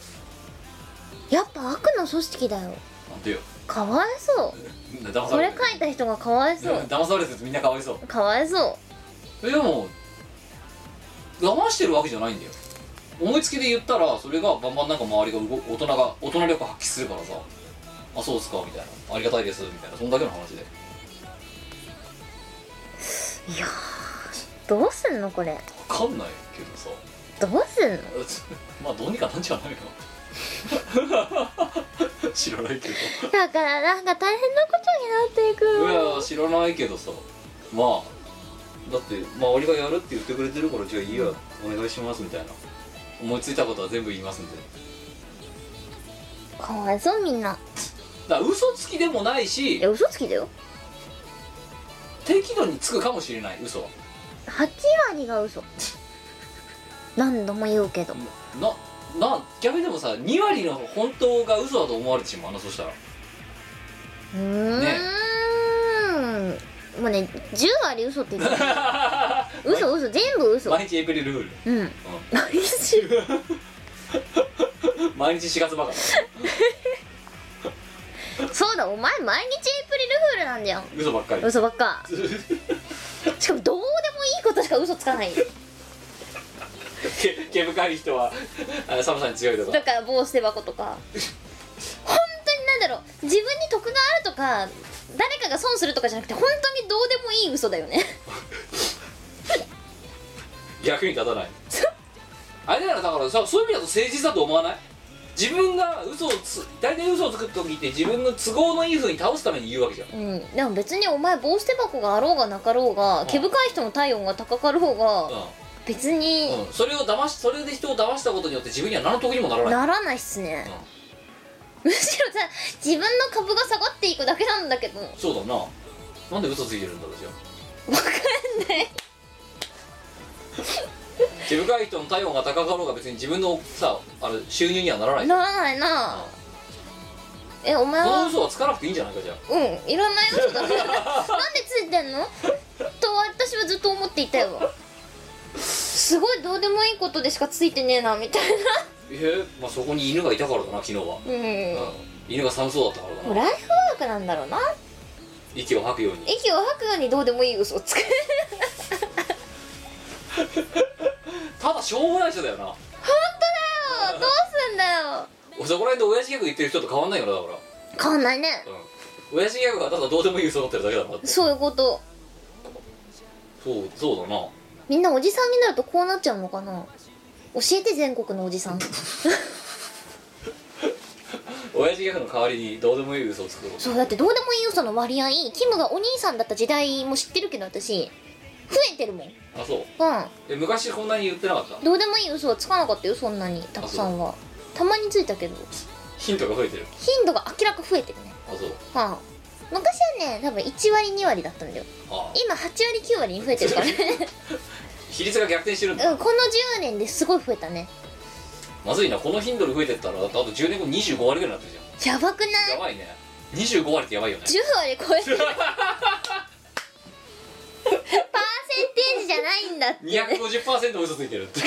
やっぱ悪の組織だよ
なんでよ
かわいそ
騙
う
さ
そ
れ
れ
てる
書いた人がかわいそう
騙されてるとみんなかわいそう
かわいそう
えでも騙してるわけじゃないんだよ思いつきで言ったらそれがバンバンなんか周りが動く大人が大人力発揮するからさあそうっすかみたいなありがたいですみたいなそんだけの話で
いやーどうすんのこれ
わかんないけど さ
どうすんの
うつまあどうにかなんじゃない の知らないけど
だからなんか大変なことになっていく
いや知らないけどさまあだって周りがやるって言ってくれてるからじゃあいいやお願いしますみたいな思いついたことは全部言いますんで
かわいそうみんな
だから嘘つきでもないし
え嘘つきだよ
適度につくかもしれない嘘は
8割が嘘何度も言うけど
なな逆にでもさ2割の本当が嘘だと思われてしまうなそしたら
うーん、
ね
もうね10割嘘って言ってる 嘘嘘全部嘘
毎日エイプリルフール
うん 毎週
毎日4月バカだ
そうだお前毎日エイプリルフールなんだよ
嘘ばっ かり
嘘ばっかしかもどうでもいいことしか嘘つかない
け毛深い人はあ寒さに強いとか
だから棒捨て箱とか本当になんだろう自分に得があるとか誰かが損するとかじゃなくて本当にどうでもいい嘘だよね
逆に立たない あれだよなだからさそういう意味だと誠実だと思わない自分が嘘をつ大体嘘をつく時って自分の都合のいい風に倒すために言うわけじゃん
うんでも別にお前棒捨て箱があろうがなかろうが毛深い人の体温が高かろうが
う
別に
ん、うん、それを騙しそれで人を騙したことによって自分には何の得にもならない
ならないっすね
うん
むしろさ自分の株が下がっていくだけなんだけどわ
そうだななんで嘘ついてるんだろうじゃあ
かんない
毛深い人の体温が高かろうが別に自分のさあれ収入にはならない
ならないな
うん
えお前
こ
は
の嘘はつかなくていいんじゃないかじゃあ
うんいらない嘘だなんでついてんのと私はずっと思っていたよすごいどうでもいいことでしかついてねえなみたい
えーまあ、そこに犬がいたからだな昨日は、
な
うん犬が寒そうだったから
うんもう
だな
ライフワークなんだろうな
息を吐くように
息を吐くようにどうでもいい嘘をつく
ただしょうもない人だよな
どうすんだよ
そこら辺で親父ギャグ言ってる人と変わんないよなだか
変わんないね
らうん親父ギャグがただどうでもいい嘘だってるだけだなって
そういうこと
そうそうだな
みんなおじさんになるとこうなっちゃうのかな教えて全国のおじさん
親父ギャグの代わりにどうでもいい嘘をつくこと
そうだってどうでもいい嘘の割合キムがお兄さんだった時代も知ってるけど私増えてるもんうん
あそうえ昔こんなに言ってなかった
どうでもいい嘘はつかなかったよそんなにたくさんはたまについたけど
ヒントが増えてる
頻度が明らか増えてるね
あそう
はあ昔はね多分1割2割だったんだよ
ああ
今8割9割に増えてる からね
比率が逆転してるんだ
うんこの10年ですごい増えたね
まずいなこの頻度で増えてったらだってあと10年後25割ぐらいになってるじ
やばくない
ゃんやばいね25割ってやばいよね
10割超え てるパーセンテージじゃないんだってね
250%嘘ついてるって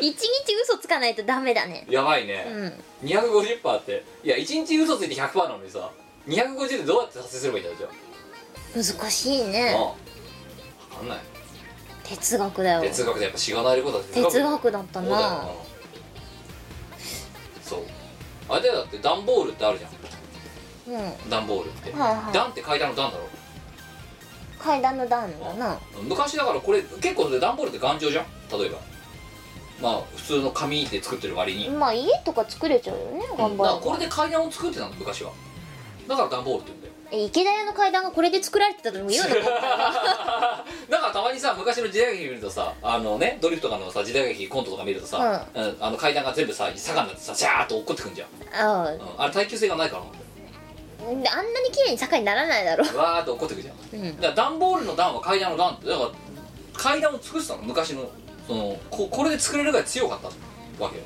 一日嘘つかないとダメだね
やばいうね、
ん
250%っていや1日嘘ついて100%なのにさ250でどうやって達成すればいいんだろうじゃあ
難しいね
ああ分かんない
哲学だよ
哲学でやっぱしがないことだって
哲学だった
そうだよな
な
そうあれだよだって段ボールってあるじゃん
うんはい
段ボールって
は
段って階段の段だろ
い階段の段だな
昔だからこれ結構で段ボールって頑丈じゃん例えばまあ普通の紙で作ってる割に、
まあ家とか作れちゃうよね
うん
頑
だから
張
これで階段を作ってたの昔はだから段ボールって言うんだよ
れえ池田屋の階段がこれで作られてたとでも 言うのか
だからたまにさ昔の時代劇見るとさあのねドリフとかのさ時代劇コントとか見るとさ、うんあの階段が全部さ坂になってさシャーっと落っこってくんじゃん、
ああ
うんあれ耐久性がないからなんだよ
あんなに綺麗に坂にならないだろ
わーっと落っこってくじゃんだ
うん
から段ボールの段は階段の段ってだから階段を作ってたの昔のそのここれで作れるぐらい強かったわけよ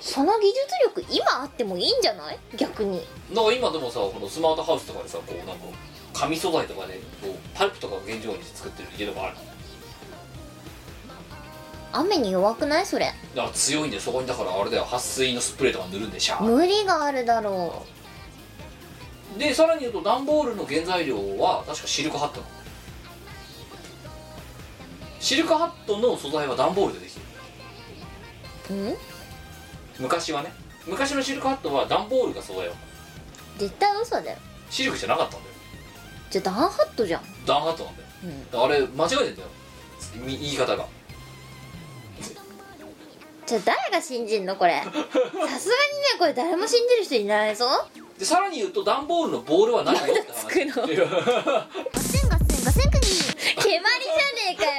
その技術力今あってもいいんじゃない逆に
だから今でもさこのスマートハウスとかでさこうなんか紙素材とかでこうパルプとかを原料にして作ってる家とかある
雨に弱くないそれ
だから強いんだよそこにだからあれだよ撥水のスプレーとか塗るんでシャー
無理があるだろ
でさらに言うと段ボールの原材料は確かシルクハットなのシルクハットの素材は段ボールでできてる
ううん
昔はね昔のシルクハットは段ボールが素材を
絶対嘘だよ
シルクじゃなかったんだよ
じゃあダンハットじゃん
段ハットなんだよ
うん
だからあれ間違えてんだよみ言い方が
じゃあ誰が信じんのこ れさすがにねこれ誰も信じる人いないぞ
でさらに言うと段ボールのボールは何よ って話
なんで
いや
ガセンガセンガセンクニー蹴まりじゃねえかよ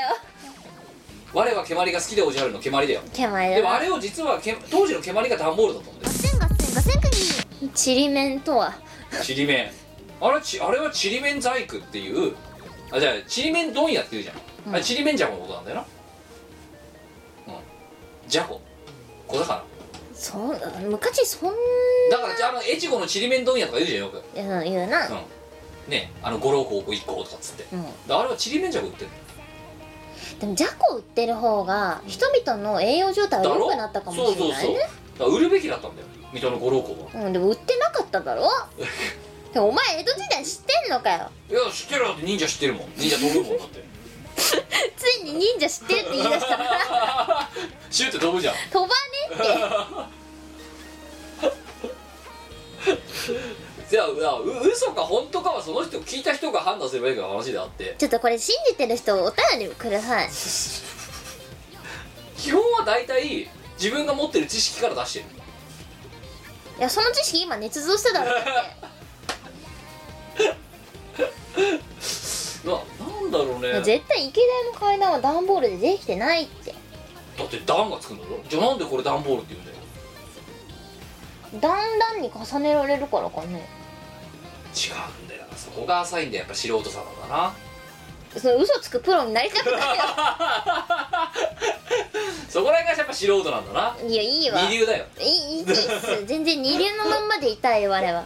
我は蹴鞠が好きでおじゃるの蹴鞠だよ
蹴まり
で
だ
もあ
な
れを実はけ当時の蹴鞠が段ボールだったんだよ
ガセンガセンガセンクニーちりめんとは
ちりめんあれちあれはちりめん細工っていうあじゃあちりめん問屋っていうじゃん、あれちりめんじゃこのことなんだよなうんじゃこ小魚
そん昔そん
だからじゃああの越後のちりめん問屋とか言うじゃんよく、う
な言うな、うん
ん、ねあの五郎香1個とかっつってであれはちりめんじゃこ売ってる
でもじゃこ売ってる方が人々の栄養状態
だ
は良
ろ
くなったかも
そう
しれ
そう
ない
そう
ね
だから売るべきだったんだよ水戸の五郎香は
うんでも売ってなかっただ ろでもお前江戸時代知ってんのかよ
いや知ってるだって忍者知ってるもん忍者飛ぶもんだって
ついに忍者知ってるって言い出したから
シューって飛ぶじゃん
飛ばねえって
じゃあうう嘘か本当かはその人聞いた人が判断すればいいから話であって
ちょっとこれ信じてる人お便りください
基本は大体自分が持ってる知識から出してる
いやその知識今捏造しただろうって
ななんだろう
い
ね だ
や
って
絶対池田屋の階段は段ボールでできてないって
段がつくんだろじゃあなんでこれ段ボールって言うんだよ
段々に重ねられるからかね
違うんだよそこが浅いんだよやっぱ素人さんだ な
その嘘つくプロになりたくないよ
そそこら辺がやっぱ素人なんだない
やいいわ
二流だよ
いいいいです全然二流のまんまでいたい我は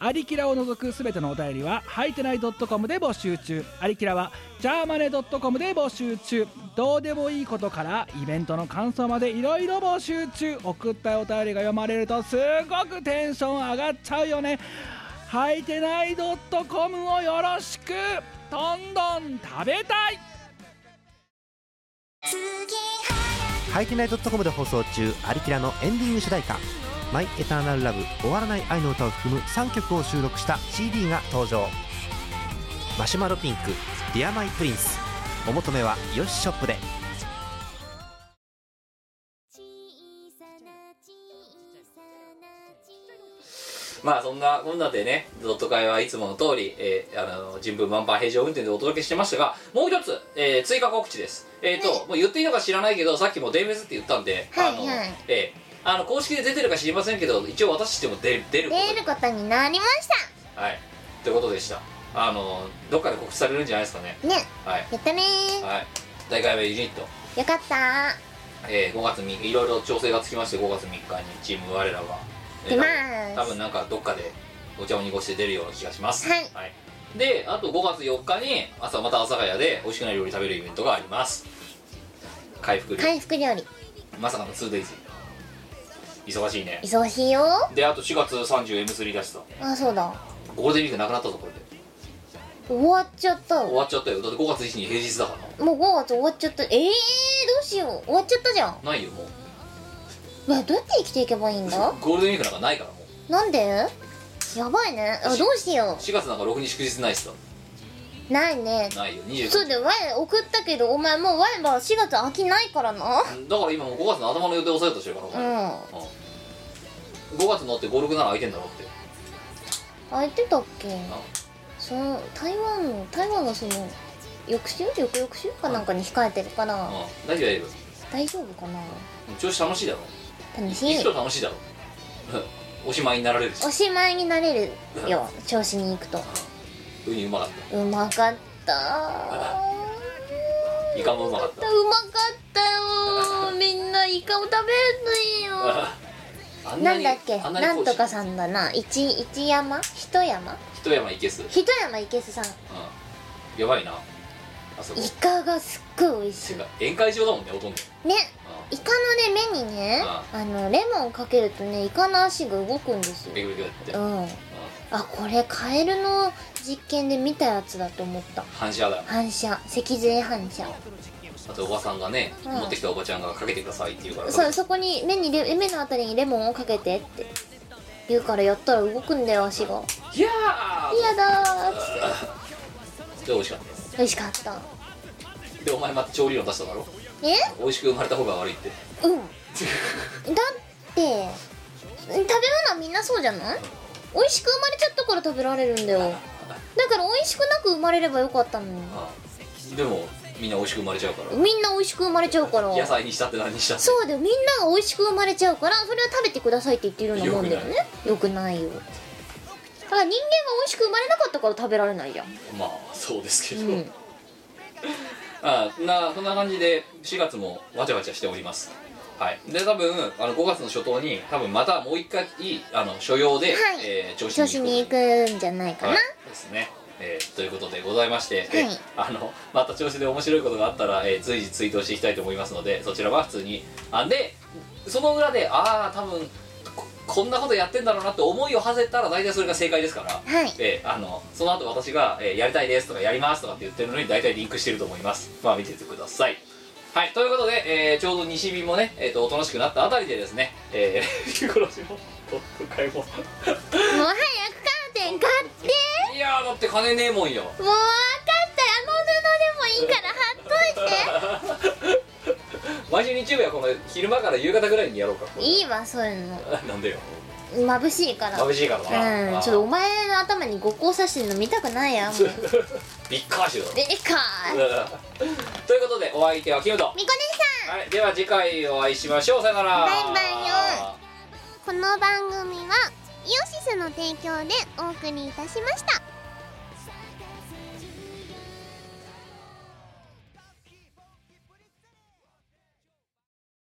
アリキラを除くすべてのお便りは、はいてない .com で募集中。アリキラは、ジャーマネ .com で募集中。どうでもいいことから、イベントの感想までいろいろ募集中。送ったお便りが読まれると、すごくテンション上がっちゃうよね。はいてない .com をよろしくどんどん食べたい
ハイテナイドットコムで放送中「アリキラ」のエンディング主題歌「マイ・エターナル・ラブ終わらない愛の歌」を含む3曲を収録した CD が登場マシュマロピンク「ディア・マイ・プリンス」お求めはよしショップで
まあそんなこんなでねドット会はいつもの通り、えーあの人文満帆平常運転でお届けしてましたがもう一つ、えー追加告知ですえっ、と、もう言っていいのか知らないけどさっきもデーメスって言ったんで、
はい
あの
はい
えーあの公式で出てるか知りませんけど一応私しても出出ること
出ることになりまし
はいということでしたあのどっかで告知されるんじゃないですかね
たね
はい
やったね
はい大会はユニット
ーよかった
えー、5月3日いろいろ調整がつきまして5月3日にチーム我らは、えー
出ます
多分多分なんかどっかでお茶を濁して出るような気がします
はい
であと5月4日に朝また朝早で美味しくない料理食べるイベントがあります回復料理、
回復料理
まさかの 2days 忙しいね
忙しいよ
であと4月 30M3 出した
あそうだ
ゴールデンウィークなくなったところで
終わっちゃった
終
も
わっちゃったよだって5月1日平日だから
う5月終わっちゃったえー、どうしよう終わっちゃったじゃん
なないよもう
うわどうやって生きていけばいいんだ
ゴールデンウィークなんかないからもう
なんでやばいねあどうしよ
4月なんか6日祝日ないしさ
うないね
ないよ29
そうだよ前送ったけどお前もう前は4月飽きないからな
だから今もう5月の頭の予定抑えようとしてるからお
う
前
ん
5月のって567空いてんだろって
あ言ってたっけその台湾台湾のその翌週翌々週かなんかに控えてるから
うん大丈夫大丈
大丈夫かな
夫調子楽しいだろ
楽し
一
い
度楽しいだろ おしまいになられるし
おしまいになれるよ調子に行くと
ウニうまかっ
うまかった
たイカもうまかった
うまかったよみんなイカを食べるといいよ
あん な
なん
に
だっけ
あん
な
なに
んとかさんだな一一山一山
一山いけす、うん、
一山いけすさん
やばいなあそこ
イカがすっごい美味しい
てか宴会場だもんねほとんど
ね
う
イカのね目にね
あ
あのレモンかけるとねイカの足が動くんです
んビ
よ
クビクやって、
う
うん、
んあこれカエルの実験で見たやつだと思った
反射だ
反射脊髄反射
あとおばさんがね、
うん
持ってきたおばちゃんがかけてくださいって言うから
そうそこに目にレ目のあたりにレモンをかけてって言うからやったら動くんだよ足が
いや
嫌だーっつっ
ーで美味しかった
て美味しかった
でお前また調理論出しただろ
え
美味しく生まれた方が悪いって
うんだって食べ物はみんなそうじゃない美味しく生まれちゃったから食べられるんだよだから美味しくなく生まれればよかったのに
あでもみんな美味しく生まれちゃうから
みんな美味しく生まれちゃうから
野菜にしたって何にしたって
そうだよみんなが美味しく生まれちゃうからそれは食べてくださいって言ってるようなもんだよねよくないよだから人間は美味しく生まれなかったから食べられないじゃん
まあそうですけど、
うん
あなそんな感じで4月もわちゃわちゃしておりますはいで多分あの5月の初頭に多分またもう一回あの所要
は
で、
い
えー調子
調子に
に行
行
く
くんじゃないかな、
はい、ですね、えーということでございまして、
い
えーあのまた調子で面白いことがあったら、えー随時ツイートしていきたいと思いますのでそちらは普通にあでその裏でああ多分ここんなことやってんだろうなって思いを馳せたら大体それが正解ですから、
はい
えーあのその後私が、えーやりたいです」とか「やります」とかって言ってるのに大体リンクしてると思いますまあ見ててくださいはいということで、えーちょうど西日もね、えー、とおとなしくなったあたりでですねえー、 リコロシもと買い物
もう早くカーテン買って
いやーだって金ねえもんよ
もう分かったあの布でもいいから貼っといて
毎週日曜日はこの昼間から夕方ぐらいにやろうか
いいわそういうの
なんでよ
眩しいから
眩しいからな
うんちょっとお前の頭に五光刺してるの見たくないやもう
びっくりしよ
でかーい
ということでお相手はキムト
みこね
はい、では次回お会いしましょうさよなら
バイバイよこの番組はイオシスの提供でお送りいたしました